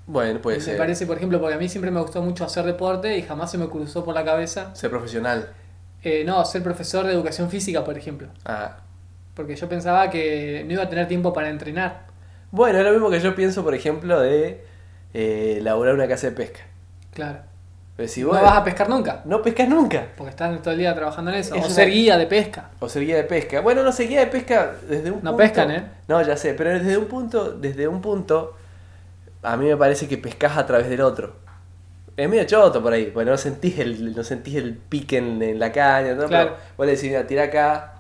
[SPEAKER 1] Bueno, puede
[SPEAKER 2] me
[SPEAKER 1] ser.
[SPEAKER 2] parece, por ejemplo, porque a mí siempre me gustó mucho hacer deporte y jamás se me cruzó por la cabeza.
[SPEAKER 1] Ser profesional.
[SPEAKER 2] eh, no, ser profesor de educación física, por ejemplo.
[SPEAKER 1] Ah.
[SPEAKER 2] Porque yo pensaba que no iba a tener tiempo para entrenar.
[SPEAKER 1] Bueno, es lo mismo que yo pienso, por ejemplo, de eh, laburar una casa de pesca.
[SPEAKER 2] Claro.
[SPEAKER 1] Pero si
[SPEAKER 2] no
[SPEAKER 1] vos
[SPEAKER 2] vas a pescar nunca.
[SPEAKER 1] no pescas nunca.
[SPEAKER 2] Porque estás todo el día trabajando en eso.
[SPEAKER 1] Es
[SPEAKER 2] o
[SPEAKER 1] una-
[SPEAKER 2] ser guía de pesca.
[SPEAKER 1] O ser guía de pesca. Bueno, no sé, guía de pesca desde un
[SPEAKER 2] No
[SPEAKER 1] punto.
[SPEAKER 2] pescan, ¿eh?
[SPEAKER 1] No, ya sé, pero desde un punto, desde un punto, a mí me parece que pescas a través del otro. Es medio choto por ahí, porque no sentís el, no sentís el pique en, en la caña, ¿no?
[SPEAKER 2] Claro.
[SPEAKER 1] Pero vos le decís, mira, tira acá,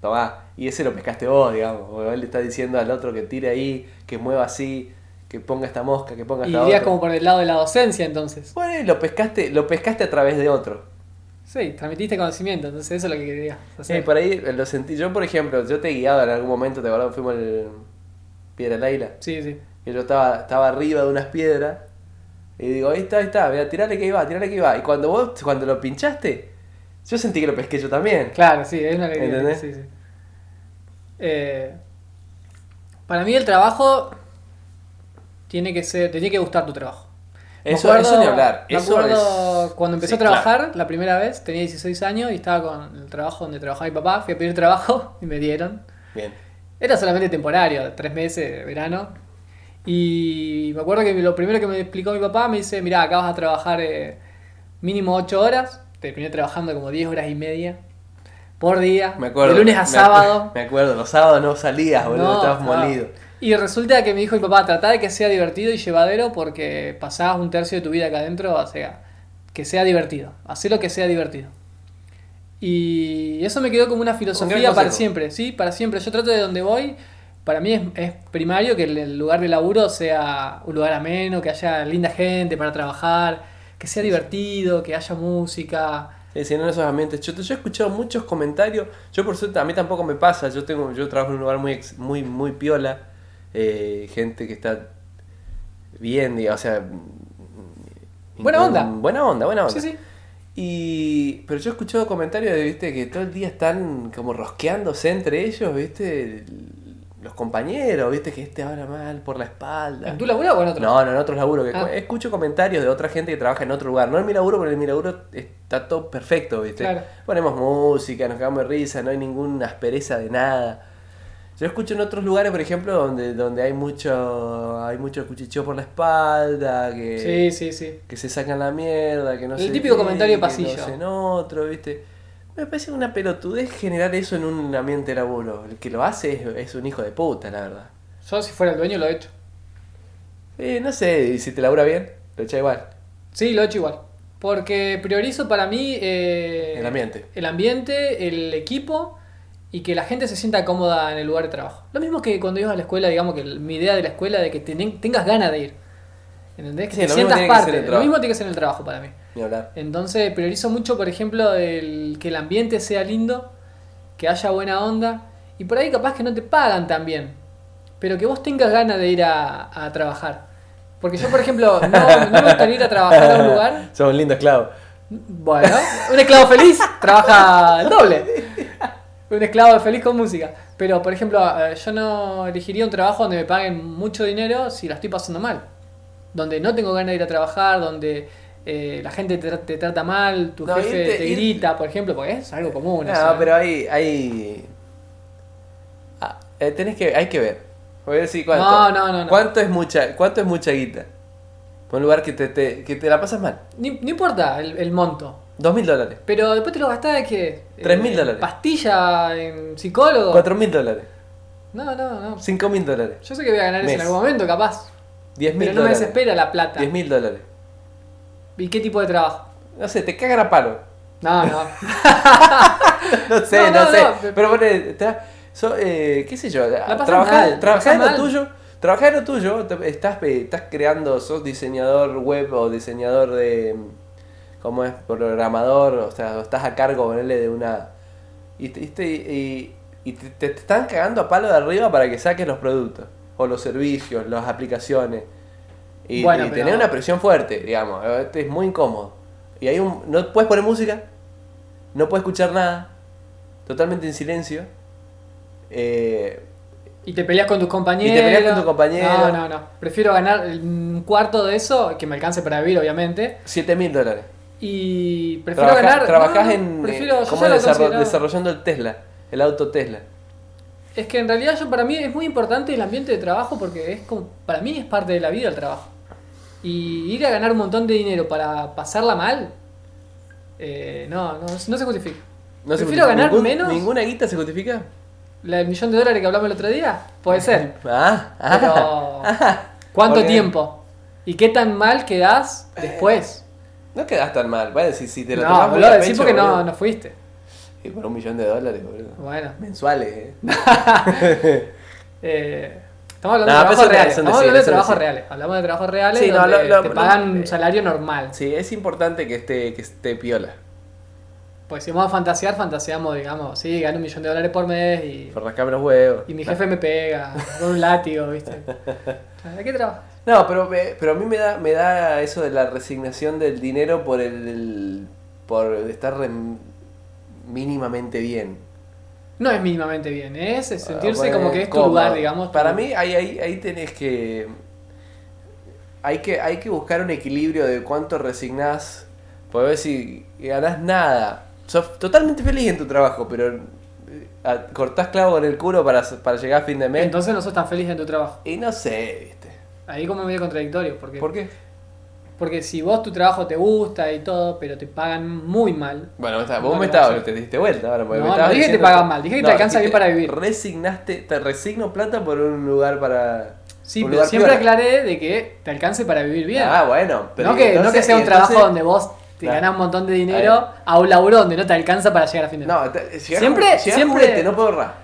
[SPEAKER 1] tomá. Y ese lo pescaste vos, digamos. O él le está diciendo al otro que tire ahí, que mueva así, que ponga esta mosca, que ponga
[SPEAKER 2] Y
[SPEAKER 1] esta
[SPEAKER 2] irías
[SPEAKER 1] otra.
[SPEAKER 2] como por el lado de la docencia entonces.
[SPEAKER 1] Bueno, y lo pescaste, lo pescaste a través de otro.
[SPEAKER 2] Sí, transmitiste conocimiento, entonces eso es lo que querías
[SPEAKER 1] Sí,
[SPEAKER 2] hacer.
[SPEAKER 1] Eh, por ahí lo sentí. Yo, por ejemplo, yo te he guiado en algún momento, te acuerdas, fuimos al Piedra Laila,
[SPEAKER 2] Sí, sí.
[SPEAKER 1] que yo estaba, estaba arriba de unas piedras, y digo, ahí está, ahí está, mira, tirale que iba, tirale que iba. Y cuando vos, cuando lo pinchaste, yo sentí que lo pesqué yo también.
[SPEAKER 2] Claro, sí, es una alegría.
[SPEAKER 1] ¿Entendés?
[SPEAKER 2] Sí, sí. Eh, para mí el trabajo tiene que ser, te tiene que gustar tu trabajo.
[SPEAKER 1] Eso,
[SPEAKER 2] acuerdo-
[SPEAKER 1] eso ni hablar.
[SPEAKER 2] me
[SPEAKER 1] eso
[SPEAKER 2] acuerdo
[SPEAKER 1] es-
[SPEAKER 2] cuando empecé
[SPEAKER 1] sí,
[SPEAKER 2] a trabajar la primera vez, tenía 16 años y estaba con el trabajo donde trabajaba mi papá. Fui a pedir trabajo y me dieron.
[SPEAKER 1] claro. Bien.
[SPEAKER 2] Era solamente temporario, tres meses de verano. Y me acuerdo que lo primero que me explicó mi papá me dice, mirá, acá vas a trabajar eh, mínimo 8 horas. Terminé trabajando como 10 horas y media por día.
[SPEAKER 1] Me acuerdo.
[SPEAKER 2] De lunes a
[SPEAKER 1] me acu-
[SPEAKER 2] sábado.
[SPEAKER 1] Me acuerdo, los sábados no salías, Ah, boludo,
[SPEAKER 2] No,
[SPEAKER 1] estabas
[SPEAKER 2] estaba-
[SPEAKER 1] molido.
[SPEAKER 2] Y resulta que me dijo mi papá, tratá de que sea divertido y llevadero porque pasabas un tercio de tu vida acá adentro, o sea, que sea divertido, hacé lo que sea divertido. Y eso me quedó como una filosofía para
[SPEAKER 1] consejo.
[SPEAKER 2] siempre, sí, para siempre. Yo trato de donde voy, para mí es, es primario que el- el lugar de laburo sea un lugar ameno, que haya linda gente para trabajar, que sea divertido, que haya música.
[SPEAKER 1] Sí, sí, en esos ambientes. Yo, yo he escuchado muchos comentarios. Yo, por suerte, a mí tampoco me pasa. Yo tengo yo trabajo en un lugar muy, ex- muy, muy piola. eh, gente que está bien, digamos, o sea. mm,
[SPEAKER 2] Buena
[SPEAKER 1] mm,
[SPEAKER 2] onda.
[SPEAKER 1] Buena onda, buena onda.
[SPEAKER 2] Sí, sí.
[SPEAKER 1] Y, pero yo he escuchado comentarios de, viste, que todo el día están como rosqueándose entre ellos, viste, los compañeros, viste, que este habla mal por la espalda.
[SPEAKER 2] ¿En tu laburo o en otro?
[SPEAKER 1] No, no, en otros laburos. que
[SPEAKER 2] Ah.
[SPEAKER 1] escu- Escucho comentarios de otra gente que trabaja en otro lugar. No en mi laburo, pero en mi laburo está todo perfecto, ¿viste?
[SPEAKER 2] Claro.
[SPEAKER 1] Ponemos música, nos cagamos de risa, no hay ninguna aspereza de nada. Yo escucho en otros lugares, por ejemplo, donde, donde hay mucho hay mucho cuchicheo por la espalda, que,
[SPEAKER 2] Sí, sí, sí.
[SPEAKER 1] que se sacan la mierda, que no
[SPEAKER 2] El
[SPEAKER 1] sé
[SPEAKER 2] típico
[SPEAKER 1] qué,
[SPEAKER 2] comentario
[SPEAKER 1] que
[SPEAKER 2] pasillo.
[SPEAKER 1] no sé en otro, ¿viste? Me parece una pelotudez generar eso en un ambiente de laburo. El que lo hace es, es un hijo de puta, la verdad.
[SPEAKER 2] Yo si fuera el dueño lo he hecho.
[SPEAKER 1] Eh, no sé, y si te labura bien, lo echa igual.
[SPEAKER 2] Sí, lo he hecho igual. Porque priorizo para mí eh,
[SPEAKER 1] El ambiente.
[SPEAKER 2] el ambiente, el equipo y que la gente se sienta cómoda en el lugar de trabajo. Lo mismo que cuando ibas a la escuela, digamos que el- mi idea de la escuela de que tenen- tengas ganas de ir. ¿Entendés? Que
[SPEAKER 1] Sí,
[SPEAKER 2] te
[SPEAKER 1] lo mismo tiene que
[SPEAKER 2] sientas
[SPEAKER 1] ser en
[SPEAKER 2] parte.
[SPEAKER 1] el
[SPEAKER 2] Lo
[SPEAKER 1] trabajo.
[SPEAKER 2] mismo tiene que ser en el trabajo para mí.
[SPEAKER 1] Ni hablar.
[SPEAKER 2] Entonces priorizo mucho, por ejemplo, el, que el ambiente sea lindo, que haya buena onda, y por ahí capaz que no te pagan tan bien, pero que vos tengas ganas de ir a, a trabajar. Porque yo, por ejemplo, no, no me gustaría ir a trabajar a un lugar.
[SPEAKER 1] Somos lindos esclavos.
[SPEAKER 2] Bueno, un esclavo feliz trabaja el doble. Un esclavo feliz con música. Pero, por ejemplo, eh, yo no elegiría un trabajo donde me paguen mucho dinero si la estoy pasando mal. Donde no tengo ganas de ir a trabajar, donde eh, la gente te, tra- te trata mal, tu
[SPEAKER 1] No,
[SPEAKER 2] jefe
[SPEAKER 1] irte-
[SPEAKER 2] te
[SPEAKER 1] irte-
[SPEAKER 2] grita, por ejemplo, porque es algo común. ¿eh?
[SPEAKER 1] No,
[SPEAKER 2] o sea.
[SPEAKER 1] pero hay. hay... Ah, eh, tenés que, hay que ver. Voy a decir cuánto.
[SPEAKER 2] No, no, no, no.
[SPEAKER 1] ¿Cuánto es mucha, cuánto es mucha guita? Por un lugar que te, te- que te la pasas mal.
[SPEAKER 2] Ni- no importa el, el monto.
[SPEAKER 1] Dos mil dólares.
[SPEAKER 2] Pero después te lo gastás de que. eh,
[SPEAKER 1] Tres mil dólares.
[SPEAKER 2] Pastilla, en psicólogo.
[SPEAKER 1] Cuatro mil dólares.
[SPEAKER 2] No, no, no.
[SPEAKER 1] Cinco mil dólares.
[SPEAKER 2] Yo sé que voy a ganar eso en
[SPEAKER 1] Mes.
[SPEAKER 2] algún momento, capaz.
[SPEAKER 1] Diez
[SPEAKER 2] Pero
[SPEAKER 1] mil
[SPEAKER 2] no me
[SPEAKER 1] dólares.
[SPEAKER 2] desespera la plata.
[SPEAKER 1] Diez mil dólares.
[SPEAKER 2] ¿Y qué tipo de trabajo?
[SPEAKER 1] No sé, te cagan a palo.
[SPEAKER 2] No, no.
[SPEAKER 1] No sé,
[SPEAKER 2] No,
[SPEAKER 1] no,
[SPEAKER 2] no,
[SPEAKER 1] sé.
[SPEAKER 2] no.
[SPEAKER 1] Pero bueno, está- so- eh, qué sé yo,
[SPEAKER 2] pasas
[SPEAKER 1] trabajar
[SPEAKER 2] mal, la pasas
[SPEAKER 1] en lo
[SPEAKER 2] mal.
[SPEAKER 1] tuyo, trabajar en lo tuyo, te- estás, eh, estás creando, sos diseñador web o diseñador de, ¿cómo es? Programador, o sea, o estás a cargo, ponele, de una... Y, te- y te- y- y te, te están cagando a palo de arriba para que saques los productos, o los servicios, las aplicaciones. Y,
[SPEAKER 2] Bueno,
[SPEAKER 1] y
[SPEAKER 2] pero-
[SPEAKER 1] tener una presión fuerte, digamos, eh, es muy incómodo. Y hay un... ¿No puedes poner música? No puedes escuchar nada totalmente en silencio. Eh,
[SPEAKER 2] Y te peleas con tus compañeros.
[SPEAKER 1] Y te peleas con tu compañero.
[SPEAKER 2] No, no, no. Prefiero ganar un cuarto de eso, que me alcance para vivir, obviamente.
[SPEAKER 1] 7 mil dólares.
[SPEAKER 2] Y prefiero
[SPEAKER 1] Trabaja-
[SPEAKER 2] ganar.
[SPEAKER 1] Trabajás
[SPEAKER 2] no, no,
[SPEAKER 1] en. eh,
[SPEAKER 2] Prefiero, yo
[SPEAKER 1] como
[SPEAKER 2] ya lo he
[SPEAKER 1] desarro-
[SPEAKER 2] considerado.
[SPEAKER 1] desarrollando el Tesla, el auto Tesla.
[SPEAKER 2] Es que en realidad yo para mí es muy importante el ambiente de trabajo porque es como, para mí es parte de la vida el trabajo. Y ir a ganar un montón de dinero para pasarla mal, eh, no, no, no se justifica.
[SPEAKER 1] No se
[SPEAKER 2] prefiero
[SPEAKER 1] justifica.
[SPEAKER 2] ganar
[SPEAKER 1] Ningún-
[SPEAKER 2] menos.
[SPEAKER 1] ¿Ninguna guita se justifica?
[SPEAKER 2] La del millón de dólares que hablamos el otro día, puede ser.
[SPEAKER 1] Ah, ah,
[SPEAKER 2] Pero
[SPEAKER 1] ah.
[SPEAKER 2] ¿cuánto
[SPEAKER 1] Porque
[SPEAKER 2] tiempo? ¿Y qué tan mal quedás después?
[SPEAKER 1] No quedas tan mal, vale, si, si te Eh, lo
[SPEAKER 2] No,
[SPEAKER 1] tomás
[SPEAKER 2] boludo,
[SPEAKER 1] muy a
[SPEAKER 2] decí
[SPEAKER 1] pecho,
[SPEAKER 2] porque no,
[SPEAKER 1] boludo.
[SPEAKER 2] no fuiste.
[SPEAKER 1] Y por un millón de dólares, boludo.
[SPEAKER 2] Bueno.
[SPEAKER 1] Mensuales, eh.
[SPEAKER 2] Eh, estamos hablando
[SPEAKER 1] No,
[SPEAKER 2] de
[SPEAKER 1] pero
[SPEAKER 2] trabajos
[SPEAKER 1] son-
[SPEAKER 2] reales.
[SPEAKER 1] son decir,
[SPEAKER 2] Estamos hablando
[SPEAKER 1] son
[SPEAKER 2] de trabajos
[SPEAKER 1] decir.
[SPEAKER 2] reales. Hablamos de trabajos reales
[SPEAKER 1] Sí, no,
[SPEAKER 2] donde
[SPEAKER 1] lo- lo-
[SPEAKER 2] te pagan
[SPEAKER 1] lo-
[SPEAKER 2] un salario normal.
[SPEAKER 1] Sí, es importante que esté, que esté piola.
[SPEAKER 2] Pues si vamos a fantasear, fantaseamos, digamos, sí, gano un millón de dólares por mes y,
[SPEAKER 1] Por rascarme los huevos.
[SPEAKER 2] y mi jefe me pega con un látigo, ¿viste? ¿De qué trabajas?
[SPEAKER 1] No, pero, me- pero a mí me da, me da eso de la resignación del dinero por el, el- por estar re- mínimamente bien.
[SPEAKER 2] No es mínimamente bien, ¿eh? es sentirse
[SPEAKER 1] Ah, bueno,
[SPEAKER 2] como que es tu
[SPEAKER 1] cómodo.
[SPEAKER 2] lugar, digamos. tu-
[SPEAKER 1] Para mí ahí, ahí, ahí tenés que... hay que, hay que buscar un equilibrio de cuánto resignás. Porque ver si ganás nada. Sos totalmente feliz en tu trabajo, pero eh, a- cortás clavo en el culo para, para llegar a fin de mes.
[SPEAKER 2] Entonces no sos tan feliz en tu trabajo.
[SPEAKER 1] y no sé, viste.
[SPEAKER 2] Ahí como medio contradictorio, porque,
[SPEAKER 1] ¿Por qué?
[SPEAKER 2] porque si vos tu trabajo te gusta y todo, pero te pagan muy mal,
[SPEAKER 1] Bueno, o sea,
[SPEAKER 2] No,
[SPEAKER 1] vos
[SPEAKER 2] no
[SPEAKER 1] me estabas,
[SPEAKER 2] sé.
[SPEAKER 1] te diste vuelta ahora. porque
[SPEAKER 2] No,
[SPEAKER 1] me
[SPEAKER 2] no
[SPEAKER 1] estabas
[SPEAKER 2] dije que te
[SPEAKER 1] diciendo-
[SPEAKER 2] pagan mal, dije que te alcanza bien
[SPEAKER 1] dijiste,
[SPEAKER 2] para vivir.
[SPEAKER 1] Resignaste, te resigno plata por un lugar para.
[SPEAKER 2] sí,
[SPEAKER 1] un
[SPEAKER 2] pero
[SPEAKER 1] lugar
[SPEAKER 2] siempre
[SPEAKER 1] peor.
[SPEAKER 2] aclaré de que te alcance para vivir bien.
[SPEAKER 1] Ah, bueno. Pero
[SPEAKER 2] no, que, no
[SPEAKER 1] entonces-
[SPEAKER 2] que sea un
[SPEAKER 1] y entonces-
[SPEAKER 2] trabajo donde vos te
[SPEAKER 1] Claro.
[SPEAKER 2] ganás un montón de dinero a un laburo donde no te alcanza para llegar a fin de mes.
[SPEAKER 1] No, te- eh, llegás-
[SPEAKER 2] Siempre-
[SPEAKER 1] llegás
[SPEAKER 2] siempre-
[SPEAKER 1] juguete, no puedo ahorrar.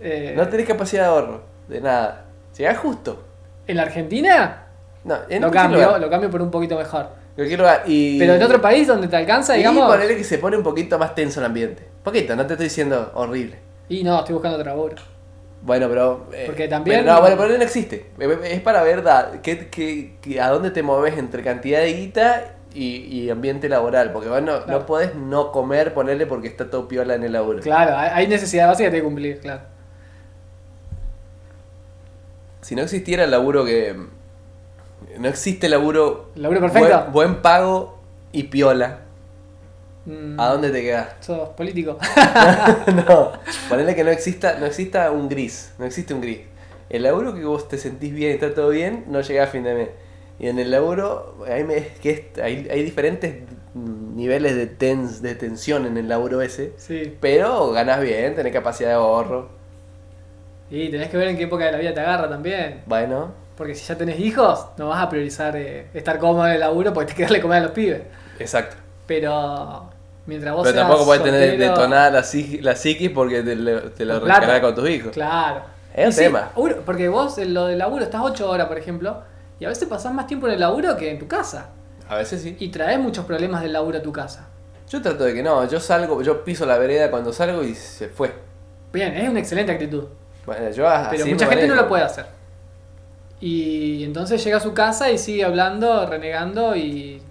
[SPEAKER 2] Eh,
[SPEAKER 1] No tenés capacidad de ahorro, de nada. Llegás justo.
[SPEAKER 2] En la Argentina
[SPEAKER 1] No, en
[SPEAKER 2] lo
[SPEAKER 1] cualquier
[SPEAKER 2] cambio,
[SPEAKER 1] lugar,
[SPEAKER 2] lo cambio por un poquito mejor.
[SPEAKER 1] cualquier lugar. Y,
[SPEAKER 2] Pero en otro país donde te alcanza, digamos.
[SPEAKER 1] Y ponele que se pone un poquito más tenso el ambiente. Poquito, no te estoy diciendo horrible.
[SPEAKER 2] Y no, estoy buscando otro laburo.
[SPEAKER 1] Bueno, pero. eh,
[SPEAKER 2] Porque también-
[SPEAKER 1] pero no, bueno, pero no existe. Eh, Es para ver da- qué- qué- qué- a dónde te mueves entre cantidad de guita y, y ambiente laboral. Porque bueno,
[SPEAKER 2] Claro.
[SPEAKER 1] no podés no comer, ponerle porque está todo piola en el laburo.
[SPEAKER 2] Claro, hay hay necesidad básica que tengo que cumplir, claro.
[SPEAKER 1] Si no existiera el laburo que. No existe laburo.
[SPEAKER 2] ¿El laburo perfecto?
[SPEAKER 1] Buen, buen pago y piola.
[SPEAKER 2] Mm,
[SPEAKER 1] ¿A dónde te quedás?
[SPEAKER 2] Sos político.
[SPEAKER 1] no, ponele que no exista, no exista un gris, no existe un gris. El laburo que vos te sentís bien y está todo bien, no llega a fin de mes. Y en el laburo, ahí me- es que es- hay, hay diferentes mm, niveles de, tens, de tensión en el laburo ese,
[SPEAKER 2] sí.
[SPEAKER 1] pero ganás bien, tenés capacidad de ahorro.
[SPEAKER 2] Y tenés que ver en qué época de la vida te agarra también.
[SPEAKER 1] Bueno,
[SPEAKER 2] Porque si ya tenés hijos, no vas a priorizar eh, estar cómodo en el laburo porque te quedas de comer a los pibes.
[SPEAKER 1] exacto.
[SPEAKER 2] Pero mientras vos
[SPEAKER 1] Pero
[SPEAKER 2] seas
[SPEAKER 1] tampoco podés tener
[SPEAKER 2] soltero-
[SPEAKER 1] detonada la, psiqui- la psiquis porque te, lo- te lo
[SPEAKER 2] Con plata.
[SPEAKER 1] recargas con tus hijos.
[SPEAKER 2] Claro.
[SPEAKER 1] Es un
[SPEAKER 2] Y sí,
[SPEAKER 1] tema.
[SPEAKER 2] uno- porque vos en lo del laburo estás 8 horas, por ejemplo, y a veces pasás más tiempo en el laburo que en tu casa.
[SPEAKER 1] A veces sí.
[SPEAKER 2] Y traes muchos problemas del laburo a tu casa.
[SPEAKER 1] Yo trato de que no, yo salgo, yo piso la vereda cuando salgo y se fue.
[SPEAKER 2] Bien, es una excelente actitud.
[SPEAKER 1] Bueno, yo así
[SPEAKER 2] Pero
[SPEAKER 1] Ah, me
[SPEAKER 2] mucha gente no
[SPEAKER 1] manejo.
[SPEAKER 2] lo puede hacer. Y entonces llega a su casa y sigue hablando, renegando y,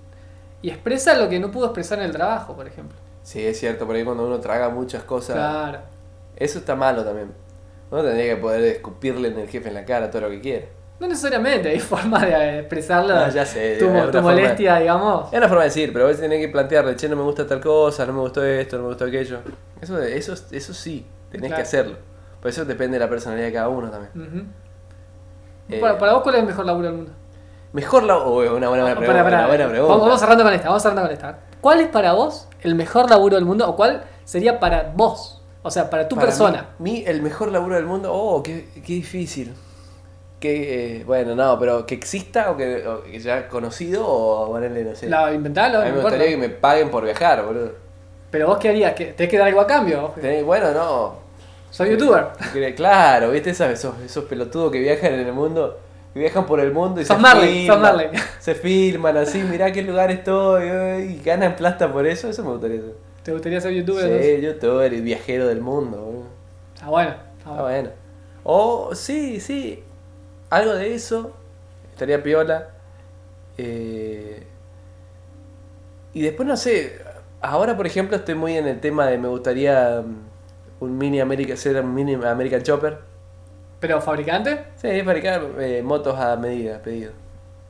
[SPEAKER 2] y expresa lo que no pudo expresar en el trabajo, por ejemplo.
[SPEAKER 1] Sí, es cierto, por ahí cuando uno traga muchas cosas,
[SPEAKER 2] claro.
[SPEAKER 1] eso está malo también. Uno tendría que poder escupirle en el jefe en la cara todo lo que quiera.
[SPEAKER 2] No necesariamente hay forma de expresarlo.
[SPEAKER 1] No, ya sé,
[SPEAKER 2] tu,
[SPEAKER 1] es una
[SPEAKER 2] tu
[SPEAKER 1] forma de-
[SPEAKER 2] molestia, digamos.
[SPEAKER 1] Es una forma de decir, pero a veces tenés que plantearle, che, no me gusta tal cosa, no me gustó esto, no me gustó aquello. Eso, eso, eso sí, tenés
[SPEAKER 2] Claro.
[SPEAKER 1] que hacerlo. Por eso depende de la personalidad de cada uno también.
[SPEAKER 2] Ujú.
[SPEAKER 1] Eh,
[SPEAKER 2] Para, para vos, ¿cuál es el mejor laburo del mundo?
[SPEAKER 1] Mejor la... Uy, una buena, buena
[SPEAKER 2] Ah,
[SPEAKER 1] pregunta.
[SPEAKER 2] pará, pará.
[SPEAKER 1] una buena pregunta.
[SPEAKER 2] Vamos, vamos cerrando con esta, vamos cerrando con esta. ¿Cuál es para vos el mejor laburo del mundo o cuál sería para vos? O sea, para tu
[SPEAKER 1] Para
[SPEAKER 2] persona.
[SPEAKER 1] mí- mí, el mejor laburo del mundo. Oh, qué, qué difícil. Que, eh, bueno, no, pero que exista o que, o que ya conocido o ponerle, no sé.
[SPEAKER 2] La
[SPEAKER 1] a
[SPEAKER 2] inventalo,
[SPEAKER 1] mí
[SPEAKER 2] no
[SPEAKER 1] me
[SPEAKER 2] importa.
[SPEAKER 1] gustaría que me paguen por viajar, boludo.
[SPEAKER 2] Pero vos qué harías, que tenés que dar algo a cambio. ojo.
[SPEAKER 1] Tenés- bueno, no.
[SPEAKER 2] Soy youtuber.
[SPEAKER 1] Que- Claro, ¿viste? Esas- esos, esos pelotudos que viajan en el mundo. Que viajan por el mundo y
[SPEAKER 2] Sos
[SPEAKER 1] se
[SPEAKER 2] Marley, sos
[SPEAKER 1] filman.
[SPEAKER 2] Marley.
[SPEAKER 1] Se filman así, mirá qué lugar estoy. eh, Y ganan plata por eso. Eso me gustaría. hacer.
[SPEAKER 2] ¿Te gustaría ser youtuber? entonces?
[SPEAKER 1] Sí, youtuber y viajero del mundo, boludo.
[SPEAKER 2] Está bueno. está
[SPEAKER 1] Ah,
[SPEAKER 2] bueno.
[SPEAKER 1] bueno. O sí, sí. Algo de eso. Estaría piola. Eh, y después no sé. Ahora, por ejemplo, estoy muy en el tema de me gustaría mm, un mini America, ser un mini American Chopper.
[SPEAKER 2] Pero fabricante,
[SPEAKER 1] Sí, fabricar eh, motos a medida, pedido.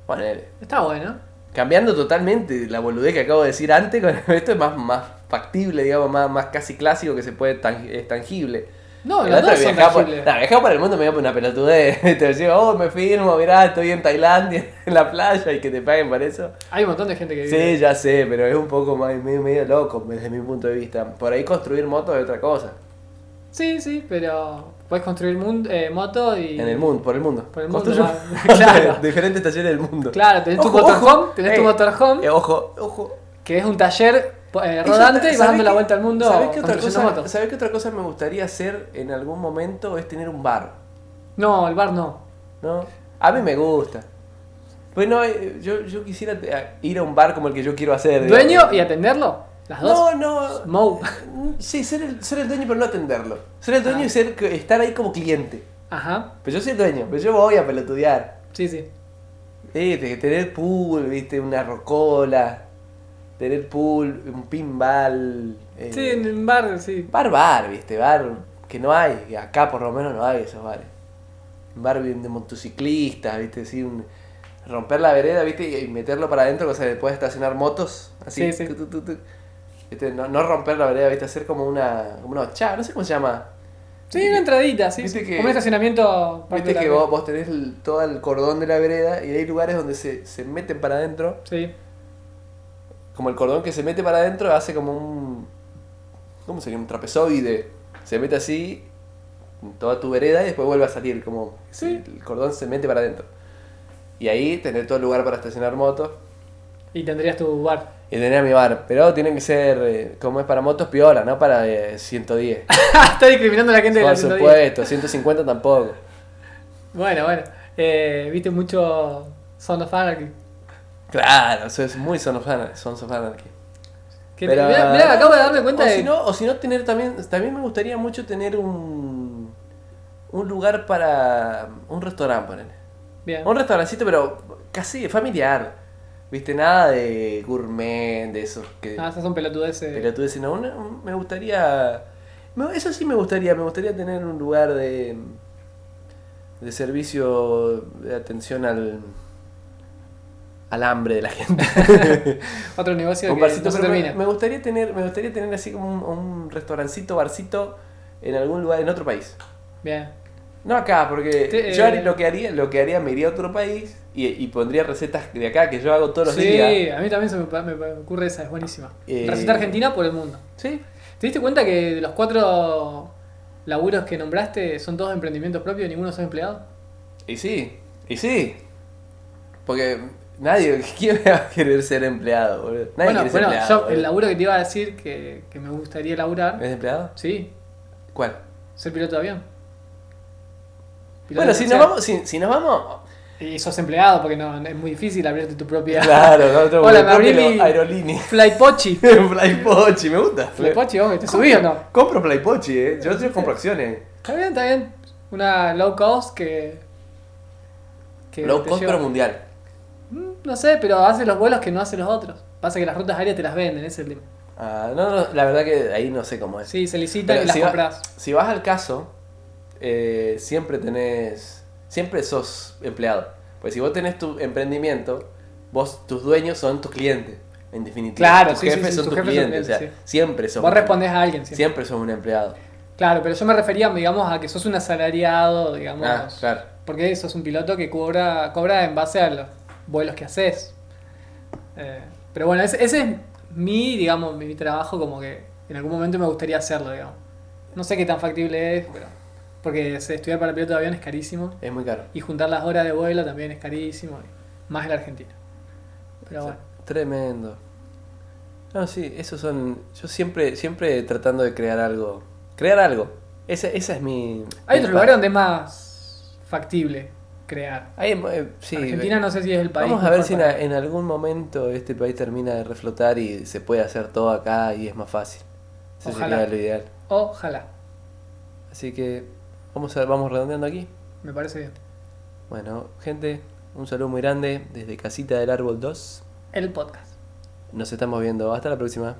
[SPEAKER 1] Bueno,
[SPEAKER 2] está bueno.
[SPEAKER 1] cambiando totalmente la boludez que acabo de decir antes, con esto es más, más factible, digamos, más, más casi clásico que se puede, tang- es tangible.
[SPEAKER 2] No,
[SPEAKER 1] El
[SPEAKER 2] los
[SPEAKER 1] otro
[SPEAKER 2] dos son
[SPEAKER 1] viajaba por-
[SPEAKER 2] tangibles.
[SPEAKER 1] Nah, viajaba por el mundo me dio una pelotudez. Te decía, oh, me firmo, mirá, estoy en Tailandia, en la playa y que te paguen para eso.
[SPEAKER 2] Hay un montón de gente que vive.
[SPEAKER 1] Sí, ya sé, pero es un poco más, medio, medio loco desde mi punto de vista. Por ahí construir motos es otra cosa.
[SPEAKER 2] Sí, sí, pero puedes construir mundo, eh, moto y.
[SPEAKER 1] En el mundo, por el mundo.
[SPEAKER 2] Por el mundo,
[SPEAKER 1] Construyo
[SPEAKER 2] va. Claro.
[SPEAKER 1] diferentes estaciones del mundo.
[SPEAKER 2] Claro, tenés tu
[SPEAKER 1] Ojo,
[SPEAKER 2] motorhome,
[SPEAKER 1] ojo.
[SPEAKER 2] tenés tu
[SPEAKER 1] Eh,
[SPEAKER 2] motorhome.
[SPEAKER 1] eh, ojo, ojo.
[SPEAKER 2] Que es un taller eh,
[SPEAKER 1] Eso
[SPEAKER 2] rodante
[SPEAKER 1] está-
[SPEAKER 2] y vas dando
[SPEAKER 1] ¿sabés
[SPEAKER 2] la
[SPEAKER 1] qué-
[SPEAKER 2] vuelta al mundo
[SPEAKER 1] ¿sabés qué, otra
[SPEAKER 2] construyendo
[SPEAKER 1] cosa,
[SPEAKER 2] motos.
[SPEAKER 1] ¿Sabés qué otra cosa me gustaría hacer en algún momento? Es tener un bar.
[SPEAKER 2] No, el bar no.
[SPEAKER 1] ¿no? A mí me gusta. Bueno, eh, yo, yo quisiera te- a- ir a un bar como el que yo quiero hacer. digamos.
[SPEAKER 2] ¿Dueño y atenderlo? Las dos.
[SPEAKER 1] No, Eh, no.
[SPEAKER 2] Moe.
[SPEAKER 1] Sí, ser el, ser el dueño pero no atenderlo. Ser el dueño
[SPEAKER 2] Ah.
[SPEAKER 1] y ser, que- estar ahí como cliente.
[SPEAKER 2] Ajá.
[SPEAKER 1] Pero yo soy el dueño, pero yo voy a pelotudear.
[SPEAKER 2] Sí, sí.
[SPEAKER 1] Eh, te- tener pool, viste, una rocola. Tener pool, un pinball. eh,
[SPEAKER 2] Sí, en el bar, sí.
[SPEAKER 1] Bar, bar, viste, bar que no hay, que acá por lo menos no hay esos bares. Un bar bien de motociclistas, viste, sí, un, romper la vereda, ¿viste? Y meterlo para adentro, cosa que puedes estacionar motos. Así.
[SPEAKER 2] Sí, sí.
[SPEAKER 1] tu, tu, tu, tu. ¿Viste? No, no romper la vereda, ¿viste? Hacer como una, como una ochada, no sé cómo se llama.
[SPEAKER 2] Sí, una entradita, sí.
[SPEAKER 1] Viste que-
[SPEAKER 2] Como un estacionamiento
[SPEAKER 1] Viste
[SPEAKER 2] particular.
[SPEAKER 1] que vos, vos tenés el- todo el cordón de la vereda y hay lugares donde se, se meten para adentro.
[SPEAKER 2] Sí.
[SPEAKER 1] Como el cordón que se mete para adentro hace como un... ¿Cómo sería? Un trapezoide. Se mete así en toda tu vereda y después vuelve a salir. Como
[SPEAKER 2] Sí.
[SPEAKER 1] el cordón se mete para adentro. Y ahí tener todo el lugar para estacionar motos.
[SPEAKER 2] Y tendrías tu bar.
[SPEAKER 1] Y tener mi bar. Pero tienen que ser, eh, como es para motos, piola, no para eh, 110.
[SPEAKER 2] Está discriminando a la gente de la
[SPEAKER 1] Por
[SPEAKER 2] 110.
[SPEAKER 1] supuesto, 150 tampoco.
[SPEAKER 2] Bueno, bueno. Eh, Viste mucho Sound of Anarchy.
[SPEAKER 1] Claro, eso es muy Son of Anar- Sons of Anarchy.
[SPEAKER 2] Que
[SPEAKER 1] Pero-
[SPEAKER 2] mirá, mirá, acabo de darme cuenta
[SPEAKER 1] o
[SPEAKER 2] de.
[SPEAKER 1] Si no, o si no, tener también. También me gustaría mucho tener un. Un lugar para. Un restaurante, ponele.
[SPEAKER 2] Bien.
[SPEAKER 1] Un restaurancito, pero casi familiar. Viste, nada de gourmet, de esos que.
[SPEAKER 2] Ah, esas son pelotudeces.
[SPEAKER 1] Pero tú decís, no, una- un- me gustaría. me- Eso sí me gustaría, me gustaría tener un lugar de. de servicio, de atención al. al hambre de la gente.
[SPEAKER 2] Otro negocio
[SPEAKER 1] un
[SPEAKER 2] que no
[SPEAKER 1] barcito,
[SPEAKER 2] se
[SPEAKER 1] pero
[SPEAKER 2] termina.
[SPEAKER 1] me, me gustaría tener, me gustaría tener así como un, un restaurancito, barcito en algún lugar, en otro país.
[SPEAKER 2] Bien.
[SPEAKER 1] No acá, porque
[SPEAKER 2] Te-
[SPEAKER 1] yo
[SPEAKER 2] eh,
[SPEAKER 1] haría- lo que haría, lo que haría, me iría a otro país y, y pondría recetas de acá que yo hago todos los
[SPEAKER 2] sí,
[SPEAKER 1] días.
[SPEAKER 2] a mí también se me, pa- me pa- me ocurre esa, es buenísima.
[SPEAKER 1] Eh,
[SPEAKER 2] Receta argentina por el mundo.
[SPEAKER 1] Sí,
[SPEAKER 2] ¿Te diste cuenta que de los cuatro laburos que nombraste son todos emprendimientos propios y ninguno sos empleado?
[SPEAKER 1] Y sí, y sí. Porque nadie ¿quién va a querer ser empleado, boludo. Nadie
[SPEAKER 2] bueno,
[SPEAKER 1] quiere ser
[SPEAKER 2] bueno,
[SPEAKER 1] empleado. Eh.
[SPEAKER 2] yo el
[SPEAKER 1] boludo.
[SPEAKER 2] laburo que te iba a decir que, que me gustaría laburar,
[SPEAKER 1] ¿Es empleado?
[SPEAKER 2] sí,
[SPEAKER 1] ¿Cuál?
[SPEAKER 2] ser piloto de avión. Piloto
[SPEAKER 1] bueno, si nos
[SPEAKER 2] comercial.
[SPEAKER 1] vamos, si, si nos vamos.
[SPEAKER 2] Y sos empleado porque no, es muy difícil abrirte tu propia...
[SPEAKER 1] Claro, no otro
[SPEAKER 2] Hola,
[SPEAKER 1] boludo,
[SPEAKER 2] me abrí
[SPEAKER 1] pero
[SPEAKER 2] mi-
[SPEAKER 1] Aerolínea.
[SPEAKER 2] Flypochi.
[SPEAKER 1] Flypochi, me gusta.
[SPEAKER 2] Flypochi, hombre, ¿te
[SPEAKER 1] Compro-
[SPEAKER 2] subí o no?
[SPEAKER 1] Compro Flypochi, eh. Yo, yo compro acciones.
[SPEAKER 2] Está bien, está bien. Una low cost que... que
[SPEAKER 1] Low
[SPEAKER 2] te
[SPEAKER 1] cost
[SPEAKER 2] lleva-
[SPEAKER 1] pero mundial.
[SPEAKER 2] Mm, No sé, pero hace los vuelos que no hacen los otros. Pasa que las rutas aéreas te las venden, ese es el tema.
[SPEAKER 1] Ah, no, no, la verdad que ahí no sé cómo es.
[SPEAKER 2] Sí, se licitan
[SPEAKER 1] Pero
[SPEAKER 2] y las
[SPEAKER 1] si, va-
[SPEAKER 2] compras.
[SPEAKER 1] si vas al caso, eh, siempre tenés, siempre sos empleado. Pues si vos tenés tu emprendimiento, vos, tus dueños son tus clientes, en definitiva.
[SPEAKER 2] Claro,
[SPEAKER 1] tus
[SPEAKER 2] sí, sí,
[SPEAKER 1] jefes
[SPEAKER 2] sí,
[SPEAKER 1] son
[SPEAKER 2] tus
[SPEAKER 1] tus
[SPEAKER 2] jefes son
[SPEAKER 1] clientes, o sea,
[SPEAKER 2] clientes,
[SPEAKER 1] siempre sos.
[SPEAKER 2] Vos
[SPEAKER 1] un-
[SPEAKER 2] respondés a alguien siempre.
[SPEAKER 1] Siempre sos un empleado.
[SPEAKER 2] Claro, pero yo me refería, digamos, a que sos un asalariado, digamos.
[SPEAKER 1] Ah, claro.
[SPEAKER 2] Porque sos un piloto que cobra, cobra en base a los vuelos que haces. Eh, pero bueno, ese, ese es mi, digamos, mi trabajo como que en algún momento me gustaría hacerlo, digamos. No sé qué tan factible es, pero... Porque se- estudiar para piloto de avión es carísimo.
[SPEAKER 1] Es muy caro.
[SPEAKER 2] Y juntar las horas de vuelo también es carísimo. y Más en la Argentina. Pero bueno.
[SPEAKER 1] Tremendo. No, sí, esos son. Yo siempre, siempre tratando de crear algo. Crear algo. Esa, esa es mi.
[SPEAKER 2] Hay
[SPEAKER 1] mi
[SPEAKER 2] otros
[SPEAKER 1] pa-
[SPEAKER 2] lugares donde es más factible crear.
[SPEAKER 1] Hay, eh, sí,
[SPEAKER 2] Argentina no sé si es el país.
[SPEAKER 1] Vamos a ver
[SPEAKER 2] mejor
[SPEAKER 1] si en,
[SPEAKER 2] para-
[SPEAKER 1] en algún momento este país termina de reflotar y se puede hacer todo acá y es más fácil. Eso
[SPEAKER 2] Ojalá.
[SPEAKER 1] sería lo ideal.
[SPEAKER 2] Ojalá.
[SPEAKER 1] Así que vamos a, vamos redondeando aquí.
[SPEAKER 2] Me parece bien.
[SPEAKER 1] Bueno, gente, un saludo muy grande desde Casita del Árbol 2.
[SPEAKER 2] El podcast.
[SPEAKER 1] Nos estamos viendo. Hasta la próxima.